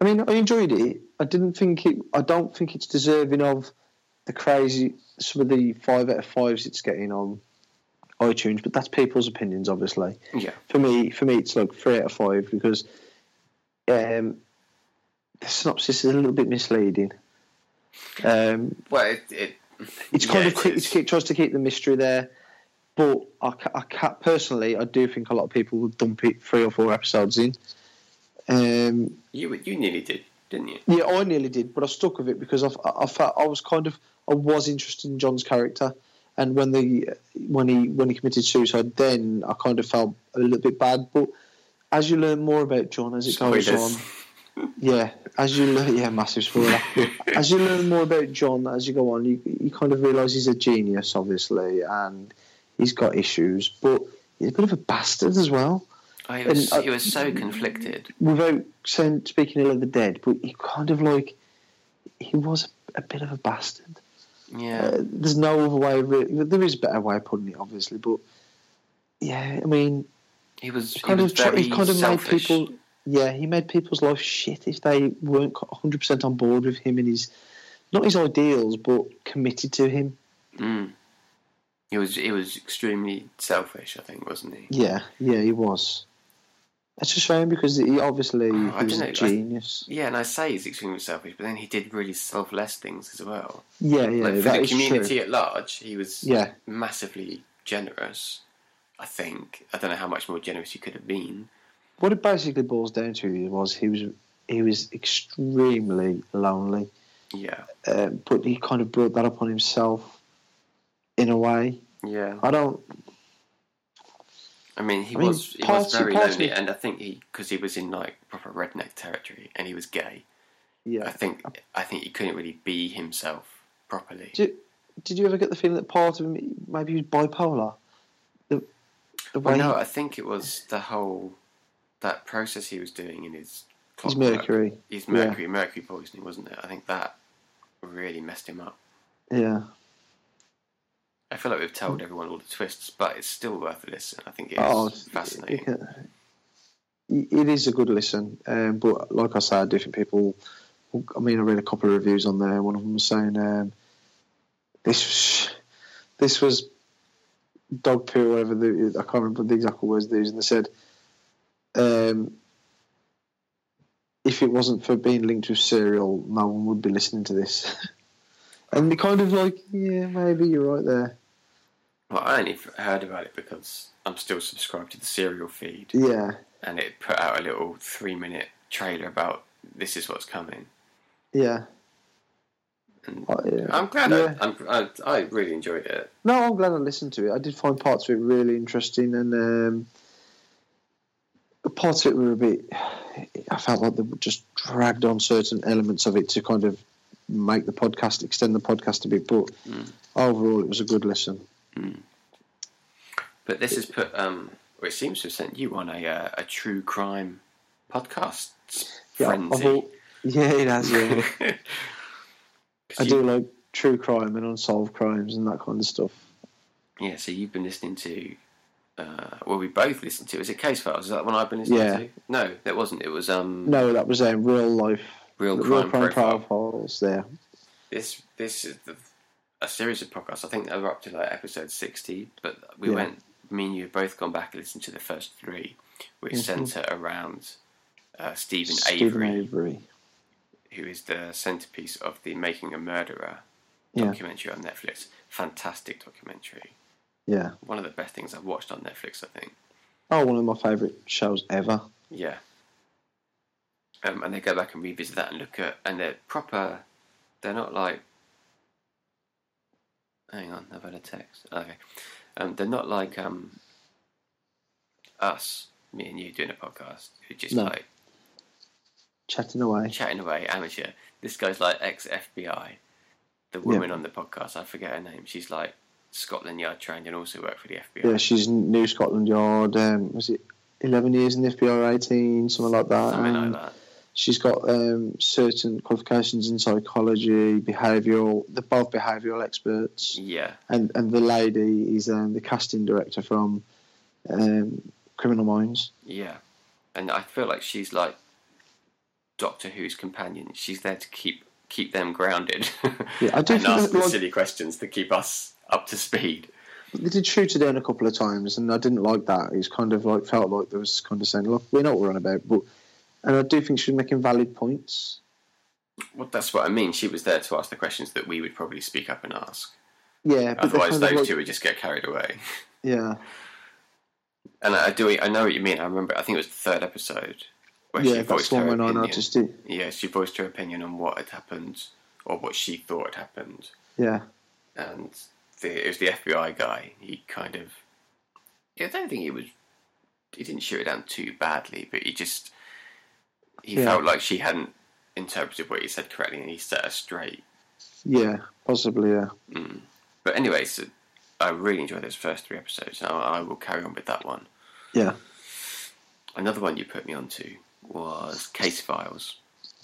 S2: i mean i enjoyed it i didn't think it i don't think it's deserving of the crazy some of the five out of fives it's getting on iTunes, but that's people's opinions, obviously.
S1: yeah,
S2: For me, for me, it's like three out of five because um, the synopsis is a little bit misleading. Um,
S1: well, it, it
S2: it's
S1: Yeah,
S2: kind
S1: it
S2: of keep,
S1: is.
S2: it keep- tries to keep the mystery there, but I, ca- I ca- personally, I do think a lot of people would dump it three or four episodes in. Um,
S1: you you nearly did, didn't you?
S2: yeah, I nearly did, but I stuck with it because I, I, I felt I was kind of I was interested in John's character, and when the when he when he committed suicide, then I kind of felt a little bit bad. But as you learn more about John as it goes
S1: Spoilers.
S2: on, yeah, as you learn, yeah, massive spoiler. as you learn more about John as you go on, you you kind of realise he's a genius, obviously, and he's got issues, but he's a bit of a bastard as well
S1: I was
S2: And, uh,
S1: you were so conflicted.
S2: without saying, speaking ill of the dead, but he kind of like he was a, a bit of a bastard.
S1: Yeah,
S2: Uh, there's no other way. Of it. There is a better way of putting it, obviously, but yeah, I mean,
S1: he was he
S2: kind
S1: was
S2: of, tr-
S1: very
S2: he kind of made
S1: selfish.
S2: people. Yeah, he made people's life shit if they weren't 100 percent on board with him and his not his ideals, but committed to him.
S1: Mm. He was he was extremely selfish, I think, wasn't he?
S2: Yeah, yeah, he was. It's a shame because he obviously
S1: Oh, I
S2: he was
S1: dunno,
S2: a
S1: I-
S2: genius.
S1: Yeah, and I say he's extremely selfish, but then he did really selfless things as well.
S2: yeah, yeah,
S1: like for
S2: that
S1: the
S2: is
S1: community
S2: true.
S1: at large, he was
S2: Yeah,
S1: massively generous. I think I don't know how much more generous he could have been.
S2: what it basically boils down to was he was he was extremely lonely,
S1: Yeah,
S2: uh, but he kind of brought that upon himself in a way.
S1: yeah.
S2: I don't.
S1: I mean, he
S2: I mean,
S1: was he was
S2: party-
S1: very
S2: party-
S1: lonely, and I think he because he was in like proper redneck territory, and he was gay. I
S2: Yeah.
S1: think I think he couldn't really be himself properly.
S2: Do you- Did you ever get the feeling that part of him maybe he was bipolar? The, the way
S1: Well, no, I think it was the whole that process he was doing in his
S2: he's
S1: clockwork.
S2: mercury.
S1: His
S2: yeah.
S1: mercury, mercury poisoning, wasn't it? I think that really messed him up.
S2: Yeah.
S1: I feel like we've told everyone all the twists, but it's still worth a listen. I think it's
S2: Mm. Oh,
S1: fascinating.
S2: You can- It is a good listen, um, but like I said, different people. I mean, I read a couple of reviews on there. One of them was saying um, this was this was dog poo, or whatever. The, I can't remember the exact words they used, and they said um, if it wasn't for being linked with serial, no one would be listening to this. and they kind of like, yeah, maybe you're right there.
S1: Well, I only f- heard about it because I'm still subscribed to the serial feed,
S2: Yeah,
S1: and it put out a little three-minute trailer about this is what's coming.
S2: yeah.
S1: And
S2: Uh, yeah.
S1: I'm glad.
S2: Yeah.
S1: I, I'm, I, I really enjoyed it.
S2: No, I'm glad I listened to it. I did find parts of it really interesting, and um, parts of it were a bit. I felt like they were just dragged on certain elements of it to kind of make the podcast extend the podcast a bit. But
S1: Mm.
S2: overall, it was a good listen.
S1: But this has put, um, or it seems to have sent you on a uh, a true crime podcast
S2: Yeah, I've
S1: frenzy.
S2: al- yeah, it has. Yeah. I do like true crime and unsolved crimes and that kind of stuff.
S1: Yeah, so you've been listening to. Uh, well, we both listened to. Is it Case Files? Is that the one I've been listening
S2: Yeah.
S1: to? No, that wasn't. It was um,
S2: No, that was um, real life.
S1: Real
S2: the
S1: Crime, Profile.
S2: profiles. There,
S1: This this is the, a series of podcasts. I think they were up to like episode sixty, but we
S2: Yeah.
S1: went. Me and you have both gone back and listened to the first three, which
S2: Mhm.
S1: centre around uh, Stephen,
S2: Stephen
S1: Avery,
S2: Avery.
S1: who is the centrepiece of the Making a Murderer
S2: Yeah.
S1: documentary on Netflix. Fantastic documentary.
S2: Yeah.
S1: One of the best things I've watched on Netflix, I think.
S2: Oh, one of my favourite shows ever.
S1: Yeah. Um, and they go back and revisit that and look at, and they're proper. They're not like. Hang on, I've had a text. Okay, um, they're not like um. Us, me and you doing a podcast. Who just
S2: No.
S1: like
S2: Chatting away.
S1: chatting away, amateur. This guy's like ex FBI. The woman on the podcast, I forget her name. She's like Scotland Yard trained and also worked for the FBI.
S2: Yeah, she's in New Scotland Yard. Um, was it eleven years in the FBI, eighteen, something like that.
S1: Something
S2: Um,
S1: like that.
S2: She's got um, certain qualifications in psychology, behavioural. They're both behavioural experts,
S1: Yeah,
S2: and and the lady is um, the casting director from um, Criminal Minds.
S1: yeah. And I feel like she's like Doctor Who's companion. She's there to keep keep them grounded
S2: Yeah, I do
S1: and
S2: think
S1: ask
S2: that,
S1: the
S2: like-
S1: silly questions to keep us up to speed.
S2: They did shoot her down a couple of times, and I didn't like that. It's kind of like felt like there was kind of saying, "Look, we know what we're on about," but and I do think she was making valid points.
S1: Well, that's what I mean. She was there to ask the questions that we would probably speak up and ask.
S2: Yeah, but they're
S1: Otherwise,
S2: kind of
S1: those
S2: like-
S1: two would just get carried away.
S2: Yeah,
S1: And I I do. I know what you mean. I remember. I think it was the third episode where
S2: yeah, that's one when I
S1: opinion.
S2: noticed it.
S1: Yeah, she voiced her opinion on what had happened or what she thought had happened.
S2: Yeah,
S1: And the, it was the FBI guy. He kind of. I don't think he was. He didn't shoot it down too badly, but he just. He
S2: Yeah.
S1: felt like she hadn't interpreted what he said correctly, and he set her straight.
S2: yeah, possibly. Yeah,
S1: Mm. But anyway, so I really enjoyed those first three episodes. and I, I will carry on with that one.
S2: yeah,
S1: Another one you put me onto was Case Files.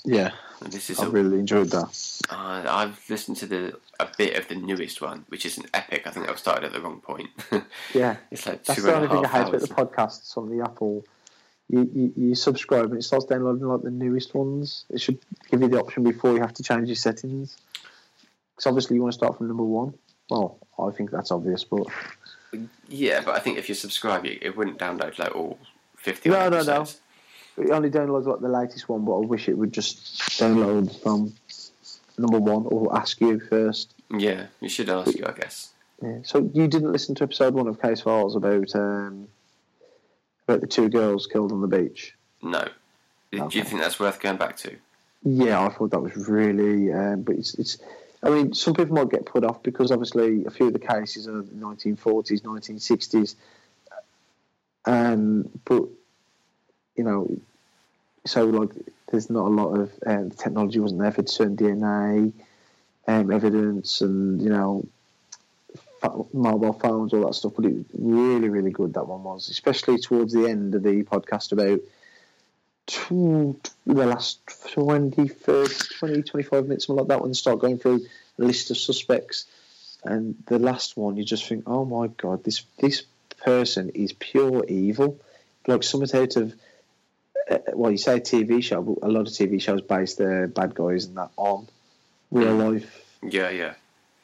S2: yeah.
S1: And this is
S2: I
S1: a-
S2: Oh, really enjoyed that.
S1: uh, I've listened to the a bit of the newest one, which is an epic. I think I started at the wrong point.
S2: Yeah,
S1: it's like
S2: that's
S1: two
S2: the
S1: and
S2: only
S1: a
S2: thing I
S1: half
S2: hate about the
S1: hours.
S2: podcasts on the Apple. You, you, you subscribe and it starts downloading like the newest ones. It should give you the option before you have to change your settings. Because obviously you want to start from number one. Well, I think that's obvious, but
S1: Yeah, but I think if you subscribe, it, it wouldldn't download like all fifty.
S2: No,
S1: odd
S2: no, no.
S1: episodes.
S2: it only downloads like the latest one. But I wish it would just download from number one or ask you first.
S1: Yeah, you should ask you, I guess.
S2: Yeah. So you didn't listen to episode one of Case Files about um, about the two girls killed on the beach.
S1: No. Do
S2: Okay.
S1: you think that's worth going back to?
S2: Yeah, I thought that was really. Um, but it's, it's. I mean, some people might get put off because obviously a few of the cases are the 1940s, 1960s. Um, but you know, so like, there's not a lot of um, technology wasn't there for certain DNA um, evidence and you know, fa- mobile phones, all that stuff. But it was really, really good that one was, especially towards the end of the podcast about two, the last 20, 30, 20, 25 minutes, something like that, when they start going through a list of suspects. And the last one, you just think, oh my God, this this person is pure evil. Like something out of, uh, well, you say TV show, but a lot of TV shows base their bad guys and that on real life
S1: Yeah, yeah.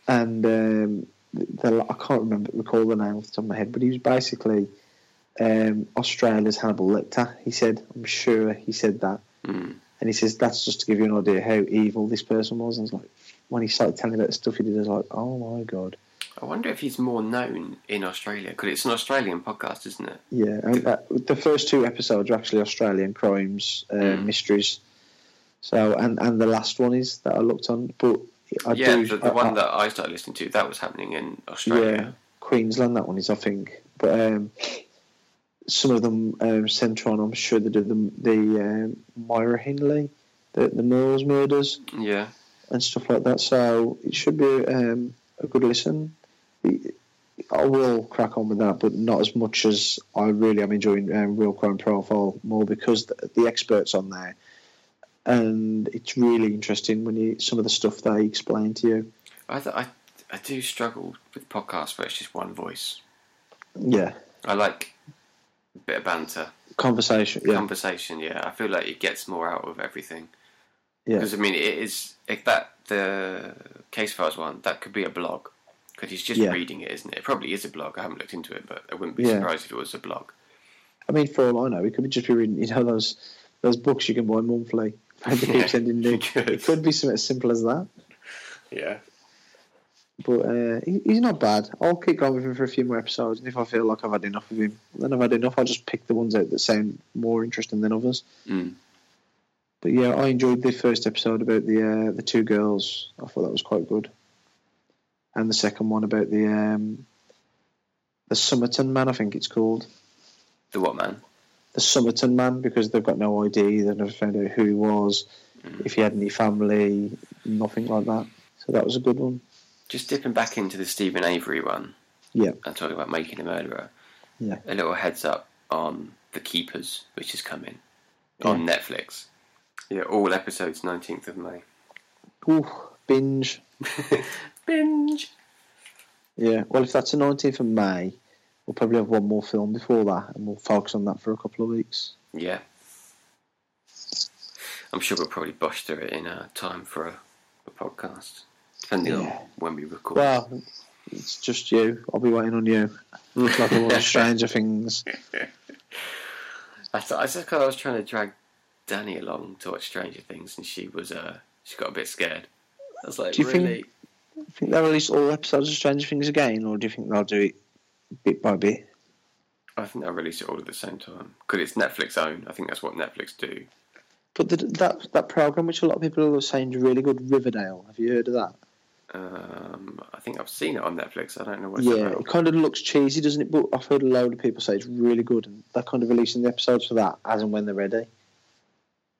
S2: and um, the, I can't remember recall the name off the top of my head, but he was basically um, Australia's Hannibal Lecter. He said, "I'm sure he said that,"
S1: Mm.
S2: and he says that's just to give you an idea how evil this person was. And it's like when he started telling about the stuff he did, I was like, "Oh my god!"
S1: I wonder if he's more known in Australia because it's an Australian podcast, isn't it?
S2: Yeah, and that, the first two episodes are actually Australian crimes uh,
S1: Mm.
S2: mysteries. So, and and the last one is that I looked on, but I
S1: yeah,
S2: do
S1: the, the
S2: I-
S1: one
S2: I-
S1: that I started listening to that was happening in
S2: Yeah,
S1: Australia.
S2: Queensland. That one is, I think. But um, some of them um, centre on. I'm sure they do the the um, Myra Hindley, the the Mills murders
S1: Yeah, yeah.
S2: and stuff like that. So it should be um, a good listen. It- I will crack on with that, but not as much as I really am enjoying um, Real Crime Profile more because the, the experts on there and it's really interesting when you some of the stuff they explain to you.
S1: I, th- I I do struggle with podcasts where it's just one voice.
S2: Yeah,
S1: I like a bit of banter,
S2: conversation. Yeah,
S1: conversation. Yeah, I feel like it gets more out of everything.
S2: yeah,
S1: Because I mean, it is if that the case files one that could be a blog because he's just
S2: Yeah.
S1: reading it, isn't it? It probably is a blog. I haven't looked into it, but I wouldn't be
S2: Yeah.
S1: surprised if it was a blog.
S2: I mean, for all I know, it could be just be reading. You know those those books you can buy monthly. And they
S1: Yeah,
S2: keep sending new.
S1: it could.
S2: It could be something as simple as that.
S1: Yeah,
S2: But uh, he, he's not bad. I'll keep going with him for a few more episodes, and if I feel like I've had enough of him, then I've had enough. I'll just pick the ones out that sound more interesting than others.
S1: Mm.
S2: But yeah, I enjoyed the first episode about the uh, the two girls. I thought that was quite good, and the second one about the um, the Summerton man. I think it's called
S1: the what man?
S2: the Summerton man because they've got no ID. They've never found out who he was, if he had any family, nothing like that. So that was a good one.
S1: Just dipping back into the Stephen Avery one.
S2: Yeah.
S1: I'm talking about making a murderer.
S2: Yeah.
S1: A little heads up on The Keepers, which is coming on Netflix. Yeah, all episodes 19th of May.
S2: Ooh, binge.
S1: Binge!
S2: Yeah, well, if that's the 19th of May, we'll probably have one more film before that, and we'll focus on that for a couple of weeks.
S1: Yeah. I'm sure we'll probably bosh through it in uh, time for a, a podcast, depending
S2: Yeah.
S1: on when we record.
S2: Well, it's just you. I'll be waiting on you. It's like I watch Stranger Things.
S1: I thought, I thought I was trying to drag Danny along to watch Stranger Things, and she was uh, she got a bit scared. I was like,
S2: Do you think-
S1: really?
S2: think they'll release all episodes of Stranger Things again, or do you think they'll do it bit by bit?
S1: I think they'll release it all at the same time because it's Netflix own. I think that's what Netflix do.
S2: But the, that that program, which a lot of people are saying is really good, Riverdale. Have you heard of that?
S1: Um, I think I've seen it on Netflix. I don't know what it's
S2: Yeah,
S1: about.
S2: it kind of looks cheesy, doesn't it? But I've heard a load of people say it's really good, and they're kind of releasing the episodes for that as and when they're ready.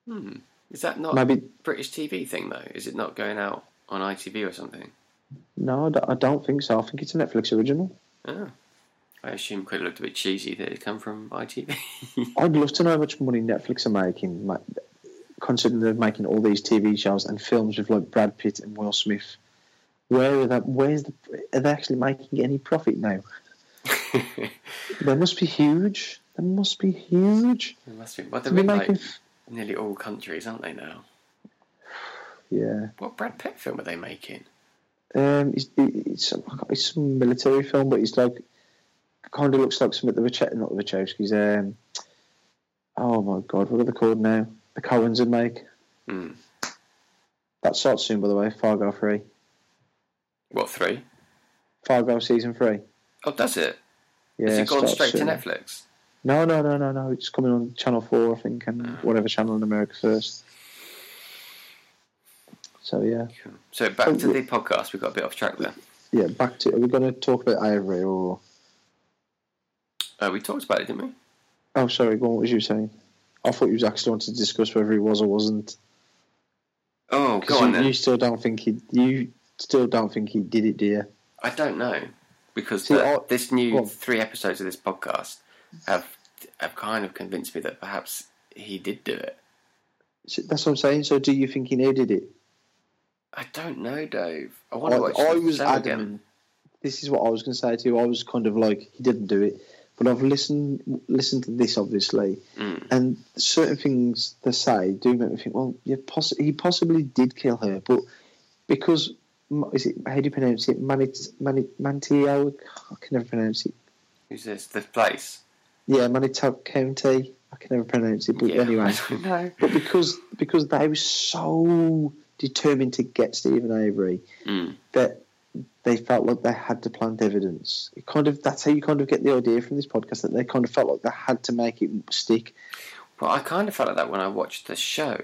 S1: Hmm. Is that not
S2: Maybe
S1: a British TV thing though? Is it not going out on ITV or something?
S2: no, I don't- I don't think so. I think it's a Netflix original.
S1: Oh. I assume it could have looked a bit cheesy that it come from ITV.
S2: I'd love to know how much money Netflix are making, ma- considering they're making all these TV shows and films with like Brad Pitt and Will Smith. Where are that? Where's the? Are they actually making any profit now?
S1: it
S2: They must be huge. They must be huge.
S1: must be. Well,
S2: To
S1: they're
S2: be
S1: in
S2: making,
S1: like nearly all countries, aren't they now?
S2: yeah.
S1: What Brad Pitt film are they making?
S2: Um, it's, it's, some- I can't- it's some military film, but it's like kind of looks like some of the Wach- not the Wachowskis. Um, oh my god, what are they called now? The Coens would make
S1: Hmm.
S2: that starts soon, by the way. Fargo three,
S1: What three?
S2: Fargo season three.
S1: Oh, does it?
S2: Yeah,
S1: Has it gone
S2: starts
S1: straight to
S2: soon.
S1: Netflix?
S2: No, no, no, no, no. It's coming on Channel Four, I think, and
S1: Ah.
S2: whatever channel in America first. So yeah,
S1: Cool. So back
S2: Oh,
S1: to
S2: yeah.
S1: the podcast. We got a bit off track there.
S2: yeah. Back to are we going to talk about Ivory or?
S1: Uh, we talked about it, didn't we?
S2: Oh, sorry. Go on. What was you saying? I thought you was actually wanted to discuss whether he was or wasn't.
S1: Oh, go
S2: Because
S1: on
S2: you,
S1: then.
S2: you still don't think he. You still don't think he did it, do you?
S1: I don't know because
S2: See,
S1: the-
S2: I-
S1: this
S2: go
S1: new
S2: on.
S1: three episodes of this podcast have have kind of convinced me that perhaps he did do it.
S2: So That's what I'm saying. So, do you think he needed it?
S1: I don't know, Dave. I
S2: I,
S1: want to watch.
S2: I
S1: the
S2: was
S1: show
S2: adamant.
S1: again.
S2: This is what I was going to say to you. I was kind of like he didn't do it, but I've listened listened to this obviously,
S1: Mm.
S2: and certain things they say do make me think. Well, yeah, poss- he possibly did kill her, but because m- is it how do you pronounce it? Manit Manit Mantio. I can never pronounce it.
S1: Who's this? The place.
S2: Yeah, Manitoba County. I can never pronounce it, but
S1: yeah.
S2: anyway.
S1: I don't know.
S2: But because because they were so determined to get Stephen Avery
S1: Mm.
S2: that they felt like they had to plant evidence. It kind of that's how you kind of get the idea from this podcast that they kind of felt like they had to make it stick.
S1: Well, I kind of felt like that when I watched the show.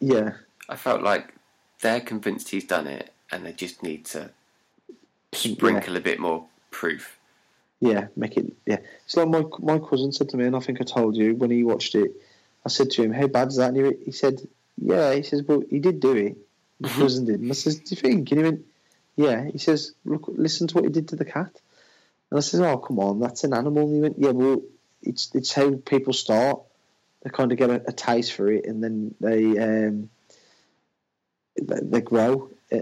S2: Yeah,
S1: I felt like they're convinced he's done it, and they just need to sprinkle a bit more proof.
S2: yeah, make it. Yeah, it's like my my cousin said to me, and I think I told you when he watched it. I said to him, "How bad's that?" And he, went- he said, "Yeah." He says, "Well, he did do it." My cousin did. And I says, "Do you think?" And he went, "Yeah." He says, "Look, listen to what he did to the cat." And I says, "Oh, come on, that's an animal." And he went, "Yeah, well, it's it's how people start. They kind of get a, a taste for it, and then they um, they, they grow. uh,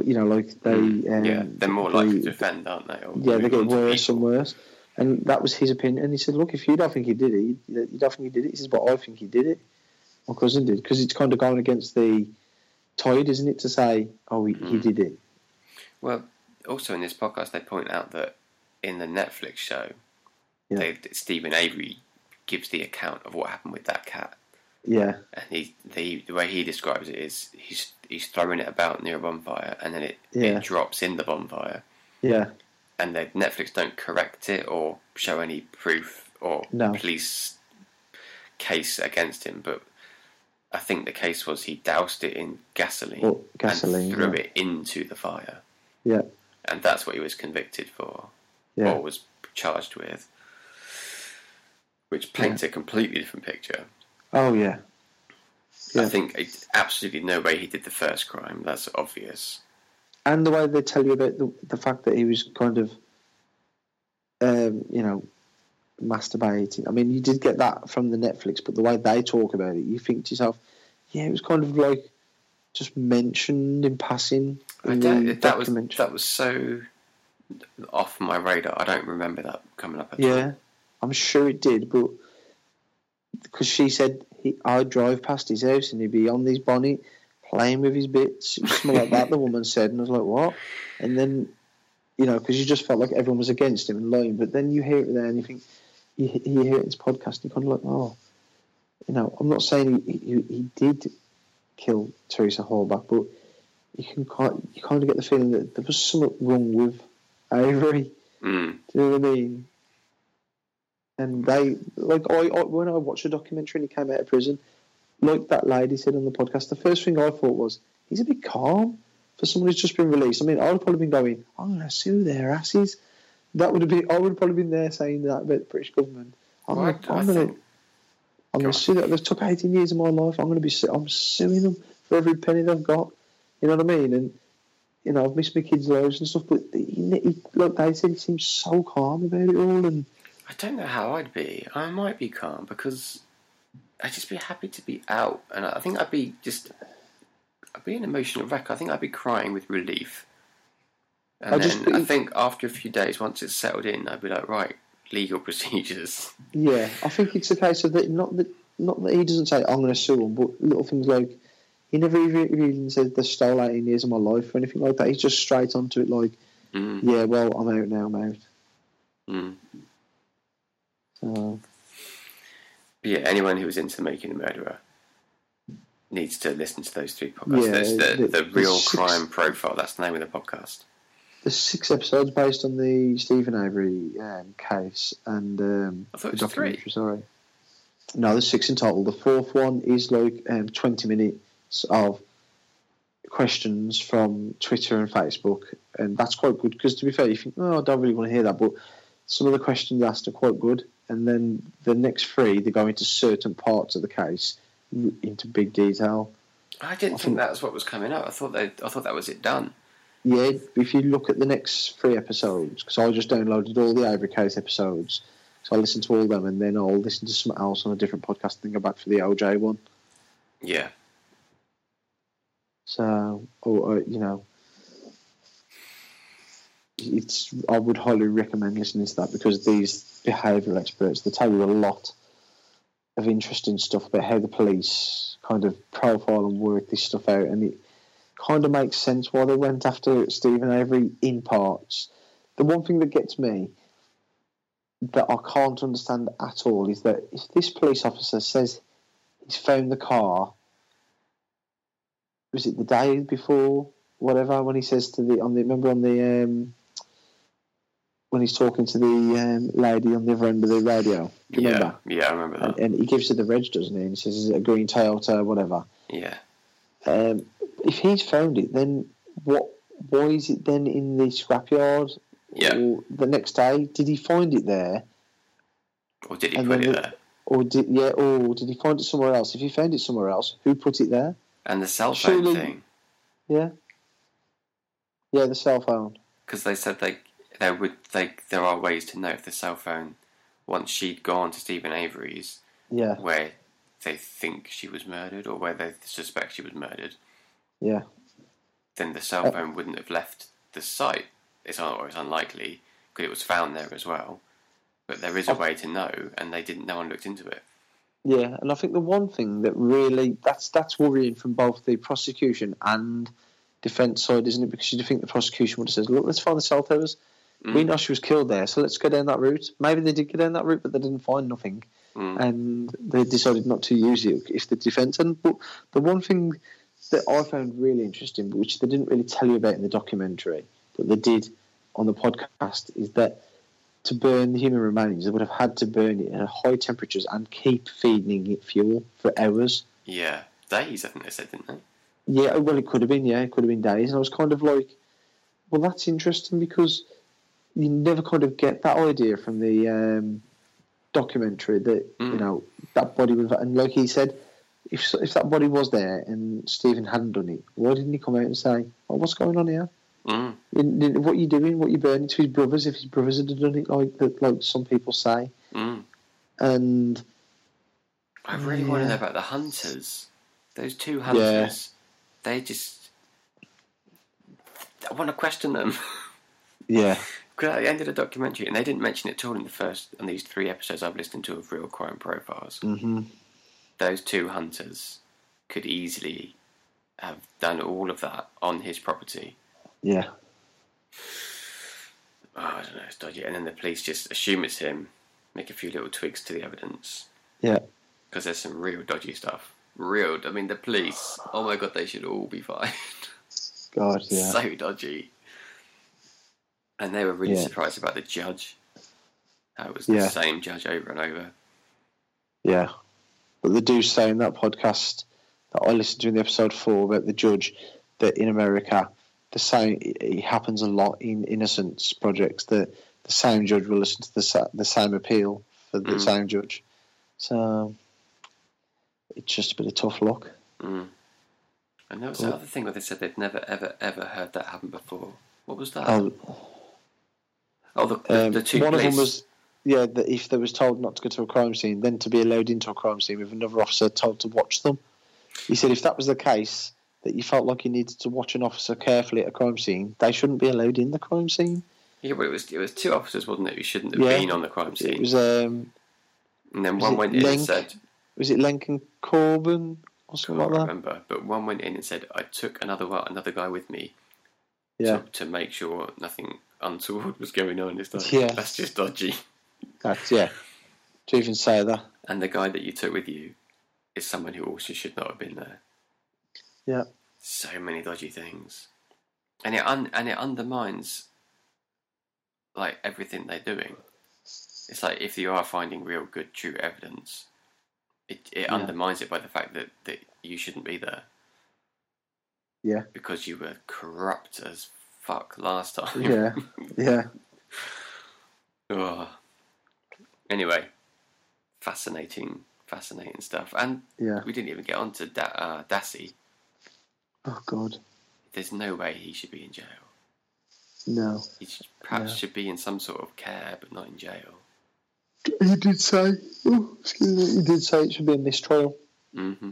S2: You know, like they um,
S1: Mm. yeah, they're more likely
S2: they-
S1: to defend, aren't they? Or
S2: yeah, they
S1: move
S2: get
S1: on to
S2: worse
S1: people.
S2: and worse. And that was his opinion. And he said, look, if you don't think he did it, you you don't think he did it. He says, but I think he did it. My cousin did. Because it's kind of going against the tide, isn't it, to say, oh, he, he
S1: Mhm.
S2: did it.
S1: Well, also in this podcast, they point out that in the Netflix show,
S2: Yeah.
S1: they, Stephen Avery gives the account of what happened with that cat,
S2: Yeah,
S1: and he the, the way he describes it is he's he's throwing it about near a bonfire, and then it,
S2: Yeah.
S1: it drops in the bonfire,
S2: yeah,
S1: and the Netflix don't correct it or show any proof or
S2: No.
S1: police case against him, but. I think the case was he doused it in gasoline,
S2: Or Oh, gasoline,
S1: and threw
S2: yeah.
S1: it into the fire,
S2: yeah,
S1: and that's what he was convicted for
S2: yeah.
S1: or was charged with, which paints a completely different picture.
S2: Oh, yeah.
S1: I
S2: Yeah.
S1: think it, absolutely no way he did the first crime. That's obvious.
S2: And the way they tell you about the, the fact that he was kind of, um, you know, masturbating. I mean, you did get that from the Netflix, but the way they talk about it, you think to yourself, yeah, it was kind of like just mentioned in passing.
S1: I
S2: in
S1: don't,
S2: the
S1: that was
S2: Mm. documentary.
S1: that was so off my radar. I don't remember that coming up. At the
S2: Yeah,
S1: time.
S2: I'm sure it did, but because she said he, I'd drive past his house and he'd be on his bonnet playing with his bits, something like that. The woman said, and I was like, what? And then, you know, because you just felt like everyone was against him and lying, but then you hear it there and you think you, he- you hear it in his podcast, and you're kind of like, oh, you know, I'm not saying he, he, he did kill Teresa Hallback, but you can kind you kind of get the feeling that there was something wrong with Avery.
S1: Mm.
S2: Do you know what I mean? And they like I, I when I watched a documentary and he came out of prison, like that lady said on the podcast, the first thing I thought was he's a bit calm for someone who's just been released. I mean, I'd have probably been going, I'm gonna sue their asses. That would have been I would have probably been there saying that about the British government. I'm
S1: Well, I-
S2: gonna,
S1: I
S2: I'm gonna
S1: think-
S2: I'm
S1: Go on.
S2: gonna sue that. They've took 18 years of my life. I'm gonna be su- I'm suing them for every penny they've got. You know what I mean? And you know, I've missed my kids' lives and stuff. But he, he, like they said, he seems so calm about it all. And
S1: I don't know how I'd be. I might be calm because I'd just be happy to be out, and I think I'd be just. I'd be an emotional wreck. I think I'd be crying with relief. And
S2: I
S1: then
S2: just
S1: I
S2: think-
S1: think after a few days, once it's settled in, I'd be like, right, legal procedures.
S2: yeah, I think it's a case of that. Not that not that he doesn't say I'm going to sue him, but little things like he never even, even says they stole 18 years of my life or anything like that. He's just straight onto it like,
S1: Mm,
S2: yeah, well, I'm out now, I'm out.
S1: mm.
S2: So,
S1: But yeah, anyone who was into making a murderer needs to listen to those three podcasts.
S2: Yeah,
S1: That's the,
S2: the-
S1: the
S2: the
S1: real
S2: six-
S1: crime profile. That's the name of the podcast.
S2: there's six episodes based on the Stephen Avery um, case and um,
S1: I thought it
S2: the
S1: was three.
S2: documentary. Sorry, no, there's six in total. The fourth one is like um, 20 minutes of questions from Twitter and Facebook, and that's quite good because to be fair, you think, oh, I don't really want to hear that, but some of the questions asked are quite good. And then the next three, they go into certain parts of the case r- into big detail.
S1: I didn't
S2: I
S1: think
S2: think-
S1: that was what was coming up. I thought they, I thought that was it done.
S2: Yeah, if you look at the next three episodes, because I just downloaded all the Ivory Coast episodes, so I listened to all them, and then I'll listen to something else on a different podcast, and then go back for the OJ one.
S1: Yeah.
S2: So, or, uh you know, it's I would highly recommend listening to that because these behavioural experts they tell you a lot of interesting stuff about how the police kind of profile and work this stuff out, and it kind of makes sense why they went after Stephen Avery in parts. The one thing that gets me that I can't understand at all is that if this police officer says he's found the car was it the day before, whatever, when he says to the on the remember on the um, when he's talking to the um, lady on the other end of the radio, do you remember?
S1: Yeah. Yeah, I remember that.
S2: And, and he gives her the reg, doesn't he? And he says, "Is it a green Toyota, whatever?"
S1: Yeah.
S2: Um, if he's found it, then what? Why is it then in the scrapyard?
S1: Yeah.
S2: Or the next day, did he find it there,
S1: Or did he
S2: And
S1: put
S2: then
S1: it
S2: the-
S1: there?
S2: or did yeah, or did he find it somewhere else? If he found it somewhere else, who put it there?
S1: And the cell phone
S2: Surely-
S1: thing,
S2: Yeah, yeah, the cell phone.
S1: because they said they there would they there are ways to know if the cell phone, once she'd gone to Stephen Avery's,
S2: Yeah,
S1: where they think she was murdered or where they suspect she was murdered,
S2: Yeah.
S1: then the cell phone wouldn't have left the site. It's un- or it's unlikely because it was found there as well. But there is a way to know, and they didn't. No one looked into it.
S2: Yeah, and I think the one thing that really that's that's worrying from both the prosecution and defence side, isn't it? Because you think the prosecution would have said, "Look, let's find the cell towers. We
S1: Mm.
S2: know she was killed there, so let's go down that route." Maybe they did go down that route, but they didn't find nothing,
S1: Mm.
S2: Uh. and they decided not to use it if the defence. And but the one thing that I found really interesting, which they didn't really tell you about in the documentary, but they did on the podcast, is that to burn the human remains, they would have had to burn it at high temperatures and keep feeding it fuel for hours.
S1: Yeah, days. I think they said, didn't they?
S2: Yeah, oh, well, it could have been, yeah, it could have been days. And I was kind of like, well, that's interesting because you never kind of get that idea from the um, documentary that, you
S1: Mm.
S2: know, that body would have, and like he said, if, if that body was there and Stephen hadn't done it, why didn't he come out and say, oh, what's going on here?
S1: Mm.
S2: In- in- What are you doing? What are you burning to his brothers? If his brothers had done it, like like some people say,
S1: Mm.
S2: and
S1: I really want to
S2: Yeah.
S1: know about the hunters. Those two hunters. They just. I want to question them.
S2: Yeah,
S1: Because at the end of the documentary, and they didn't mention it at all in the first, on these three episodes I've listened to of Real Crime Profiles,
S2: hmm
S1: those two hunters could easily have done all of that on his property.
S2: yeah,
S1: Oh, I don't know, it's dodgy. And then the police just assume it's him, make a few little tweaks to the evidence,
S2: yeah,
S1: because there's some real dodgy stuff. Real, I mean, the police, oh my god, they should all be fined.
S2: God, yeah,
S1: so dodgy. And they were really
S2: Yeah.
S1: surprised about the judge. How it was
S2: Yeah.
S1: the same judge over and over.
S2: yeah. But they do say in that podcast that I listened to in the episode four about the judge that in America the same it it happens a lot in innocence projects that the same judge will listen to the sa- the same appeal for the
S1: Mhm.
S2: same judge. So it's just a bit of tough luck.
S1: Mm. And there was
S2: Cool.
S1: another thing where they said they'd never, ever, ever heard that happen before. What was that?
S2: Um,
S1: oh, the, the,
S2: um,
S1: the two
S2: one
S1: police.
S2: of them was. Yeah, that if they was told not to go to a crime scene, then to be allowed into a crime scene with another officer told to watch them. He said if that was the case, that you felt like you needed to watch an officer carefully at a crime scene, they shouldn't be allowed in the crime scene.
S1: Yeah, but it was it was two officers, wasn't it? Who shouldn't have
S2: Yeah.
S1: been on the crime
S2: It
S1: scene.
S2: was um,
S1: and then
S2: was
S1: one
S2: it
S1: went in and
S2: Link?
S1: said,
S2: was it Lincoln Corbin or
S1: I
S2: something
S1: can't
S2: like that?
S1: remember, but one went in and said, I took another one, another guy with me
S2: Yeah,
S1: to, to make sure nothing untoward was going on. It's like,
S2: Yeah.
S1: that's just dodgy.
S2: that's yeah. To even say that,
S1: And the guy that you took with you is someone who also should not have been there.
S2: yeah,
S1: so many dodgy things, and it un- and it undermines like everything they're doing. It's like if you are finding real good true evidence, it it
S2: Yeah.
S1: undermines it by the fact that that you shouldn't be there
S2: yeah,
S1: because you were corrupt as fuck last time.
S2: yeah, yeah.
S1: Ugh. Anyway, fascinating, fascinating stuff, and
S2: Yeah.
S1: we didn't even get on to da- uh, Dassey.
S2: Oh God,
S1: There's no way he should be in jail.
S2: no.
S1: He sh- perhaps
S2: Yeah.
S1: should be in some sort of care, but not in jail.
S2: He did say, oh, excuse me, he did say it should be a mistrial.
S1: Mm-hmm.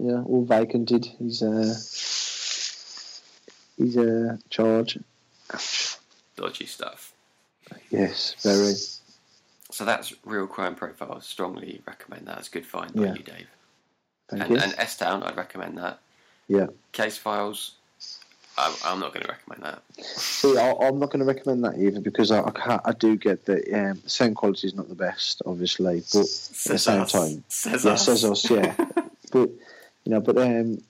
S2: Yeah, all vacanted. He's uh, he's a uh, charge.
S1: Dodgy stuff.
S2: Yes, very.
S1: So that's Real Crime Profile. Strongly recommend that. It's a good find by
S2: Yeah.
S1: you, Dave.
S2: Thank
S1: And,
S2: you.
S1: and S Town, I'd recommend that.
S2: yeah.
S1: Case Files, I'm, I'm not going to recommend that.
S2: See, I, I'm not going to recommend that either because I, I can't. I do get that um, the sound quality is not the best, obviously, but at the
S1: Says
S2: same
S1: us.
S2: time,
S1: Says
S2: yeah,
S1: us.
S2: says us, yeah. but you know, but um,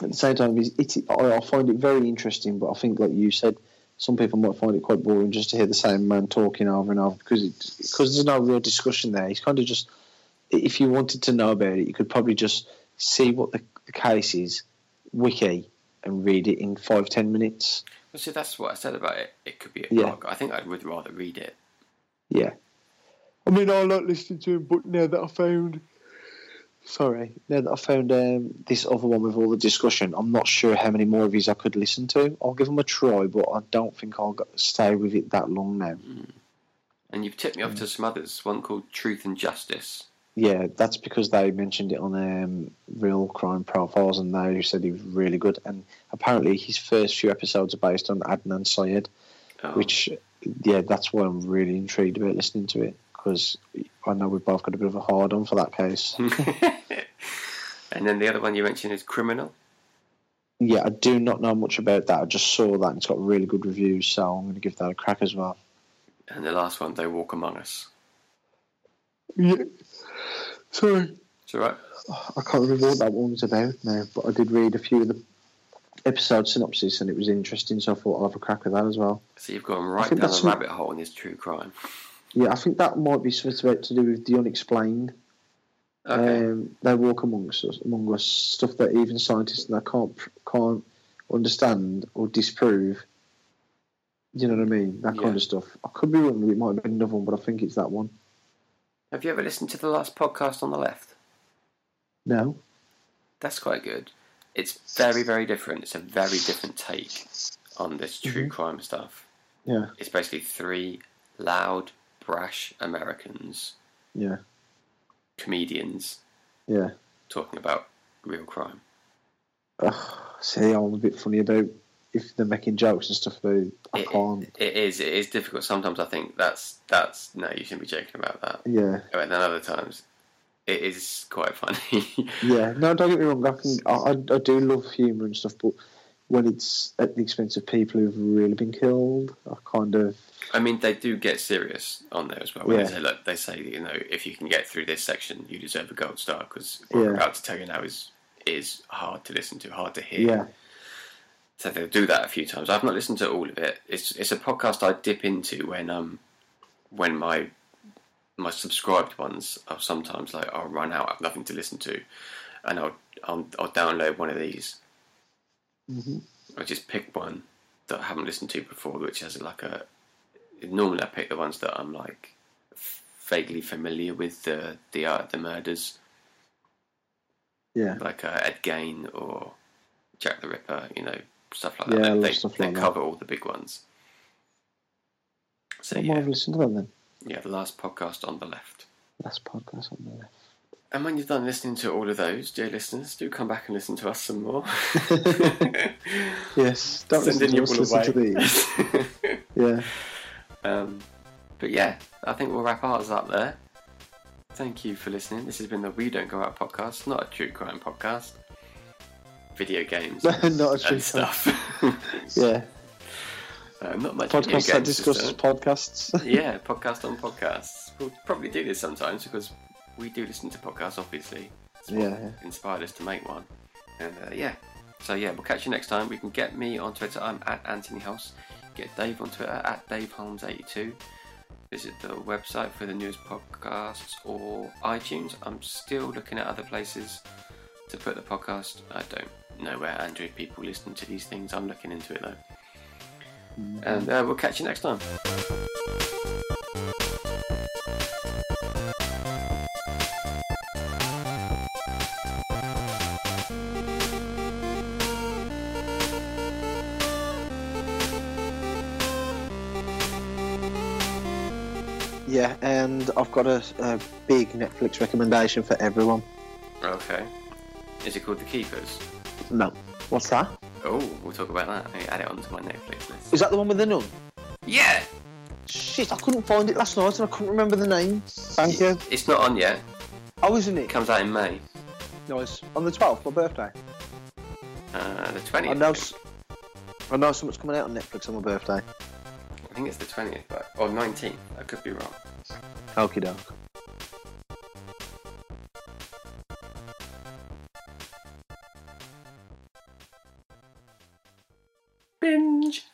S2: at the same time, it's, it's, I, I find it very interesting. But I think, like you said, some people might find it quite boring just to hear the same man talking over and over because it, because there's no real discussion there. It's kind of just if you wanted to know about it, you could probably just see what the, the case is, wiki, and read it in five ten minutes.
S1: Well, see, that's what I said about it. It could be a
S2: Yeah.
S1: blog. I think I would rather read it.
S2: Yeah. I mean, I like listening to him, but now that I found. Sorry, now that I found um, this other one with all the discussion, I'm not sure how many more of these I could listen to. I'll give them a try, but I don't think I'll go- stay with it that long now. Mm.
S1: And you've tipped me off to some others. One called Truth and Justice.
S2: Yeah, that's because they mentioned it on um, Real Crime Profiles, and they said he was really good. And apparently, his first few episodes are based on Adnan Syed,
S1: Oh,
S2: which, yeah, that's why I'm really intrigued about listening to it because I know we've both got a bit of a hard on for that case.
S1: and then the other one you mentioned is Criminal.
S2: yeah, I do not know much about that. I just saw that and it's got really good reviews, so I'm going to give that a crack as well.
S1: And the last one, They Walk Among Us.
S2: Yeah. Sorry.
S1: It's all right.
S2: I can't remember what that one was about now, but I did read a few of the episode synopses and it was interesting, so I thought I'll have a crack at that as well.
S1: So you've gone right
S2: think
S1: down
S2: that's
S1: the
S2: all-
S1: rabbit hole in this true crime.
S2: Yeah, I think that might be something about to do with the unexplained.
S1: Okay.
S2: Um, they walk amongst us, among us stuff that even scientists and I can't pr- can't understand or disprove. You know what I mean? That kind
S1: Yeah.
S2: of stuff. I could be wrong. It might have been another one, but I think it's that one.
S1: Have you ever listened to the last podcast on the left?
S2: No.
S1: That's quite good. It's very, very different. It's a very different take on this true crime stuff.
S2: Mm-hmm. Yeah.
S1: It's basically three loud, brash Americans,
S2: Yeah.
S1: comedians,
S2: Yeah.
S1: talking about real crime.
S2: Ugh, see, I'm a bit funny about if they're making jokes and stuff. About, I
S1: It-
S2: can't.
S1: It is. It is difficult. Sometimes I think that's that's no, you shouldn't be joking about that.
S2: Yeah.
S1: But then other times, it is quite funny.
S2: Yeah, no, don't get me wrong. I can, I, I, I do love humour and stuff, but when it's at the expense of people who've really been killed, I kind of
S1: I mean, they do get serious on there as well. When
S2: Yeah.
S1: they say, look, they say, you know, if you can get through this section, you deserve a gold star because what we're
S2: Yeah.
S1: about to tell you now is is hard to listen to, hard to hear.
S2: yeah,
S1: So they'll do that a few times. I've not listened to all of it. It's it's a podcast I dip into when um when my my subscribed ones are sometimes like I'll run out, I've nothing to listen to, and I'll I'll, I'll download one of these.
S2: Mhm.
S1: I just pick one that I haven't listened to before, which has like a. Normally, I pick the ones that I'm like f- vaguely familiar with the the uh, the murders,
S2: yeah,
S1: like uh, Ed Gain or Jack the Ripper, you know, stuff like that.
S2: Yeah, I
S1: they
S2: love
S1: they,
S2: stuff
S1: they
S2: like that.
S1: cover all the big ones. So
S2: I might
S1: yeah,
S2: have listened to that then.
S1: yeah, the last podcast on the left.
S2: Last podcast on there.
S1: And when you're done listening to all of those, dear listeners, do come back and listen to us some more.
S2: Yes, don't
S1: Send
S2: listen
S1: in
S2: to
S1: your
S2: us,
S1: all
S2: listen to
S1: away.
S2: these. Yeah,
S1: um, but yeah, I think we'll wrap ours up there. Thank you for listening. This has been the We Don't Go Out podcast, not a true crime podcast. Video games
S2: not a true crime.
S1: and stuff.
S2: Yeah,
S1: Uh, not much video
S2: podcasts that
S1: games this
S2: discusses
S1: time.
S2: podcasts.
S1: Yeah, podcast on podcasts. We'll probably do this sometimes because we do listen to podcasts, obviously. It's what
S2: Yeah.
S1: inspired us to make one. And uh, yeah, so yeah, we'll catch you next time. We can get me on Twitter. I'm at Anthony Hulse. Get Dave on Twitter at Dave Holmes82. Visit the website for the newest podcasts or iTunes. I'm still looking at other places to put the podcast. I don't know where Android people listen to these things. I'm looking into it though. And uh, we'll catch you next time.
S2: Yeah, and I've got a, a big Netflix recommendation for everyone.
S1: Okay. Is it called The Keepers?
S2: No, what's that?
S1: Oh, we'll talk about that. I add it onto my Netflix list.
S2: Is that the one with the nun?
S1: Yeah!
S2: Shit, I couldn't find it last night and I couldn't remember the name. Thank you.
S1: It's not on yet.
S2: Oh, isn't
S1: It
S2: it?
S1: comes out in May.
S2: Nice. On the 12th, my birthday.
S1: Uh, the 20th.
S2: I know,
S1: I
S2: s- I know something's coming out on Netflix on my birthday.
S1: think. I think it's the 20th, but, or 19th. I could be wrong.
S2: Okie doke.
S1: Binge!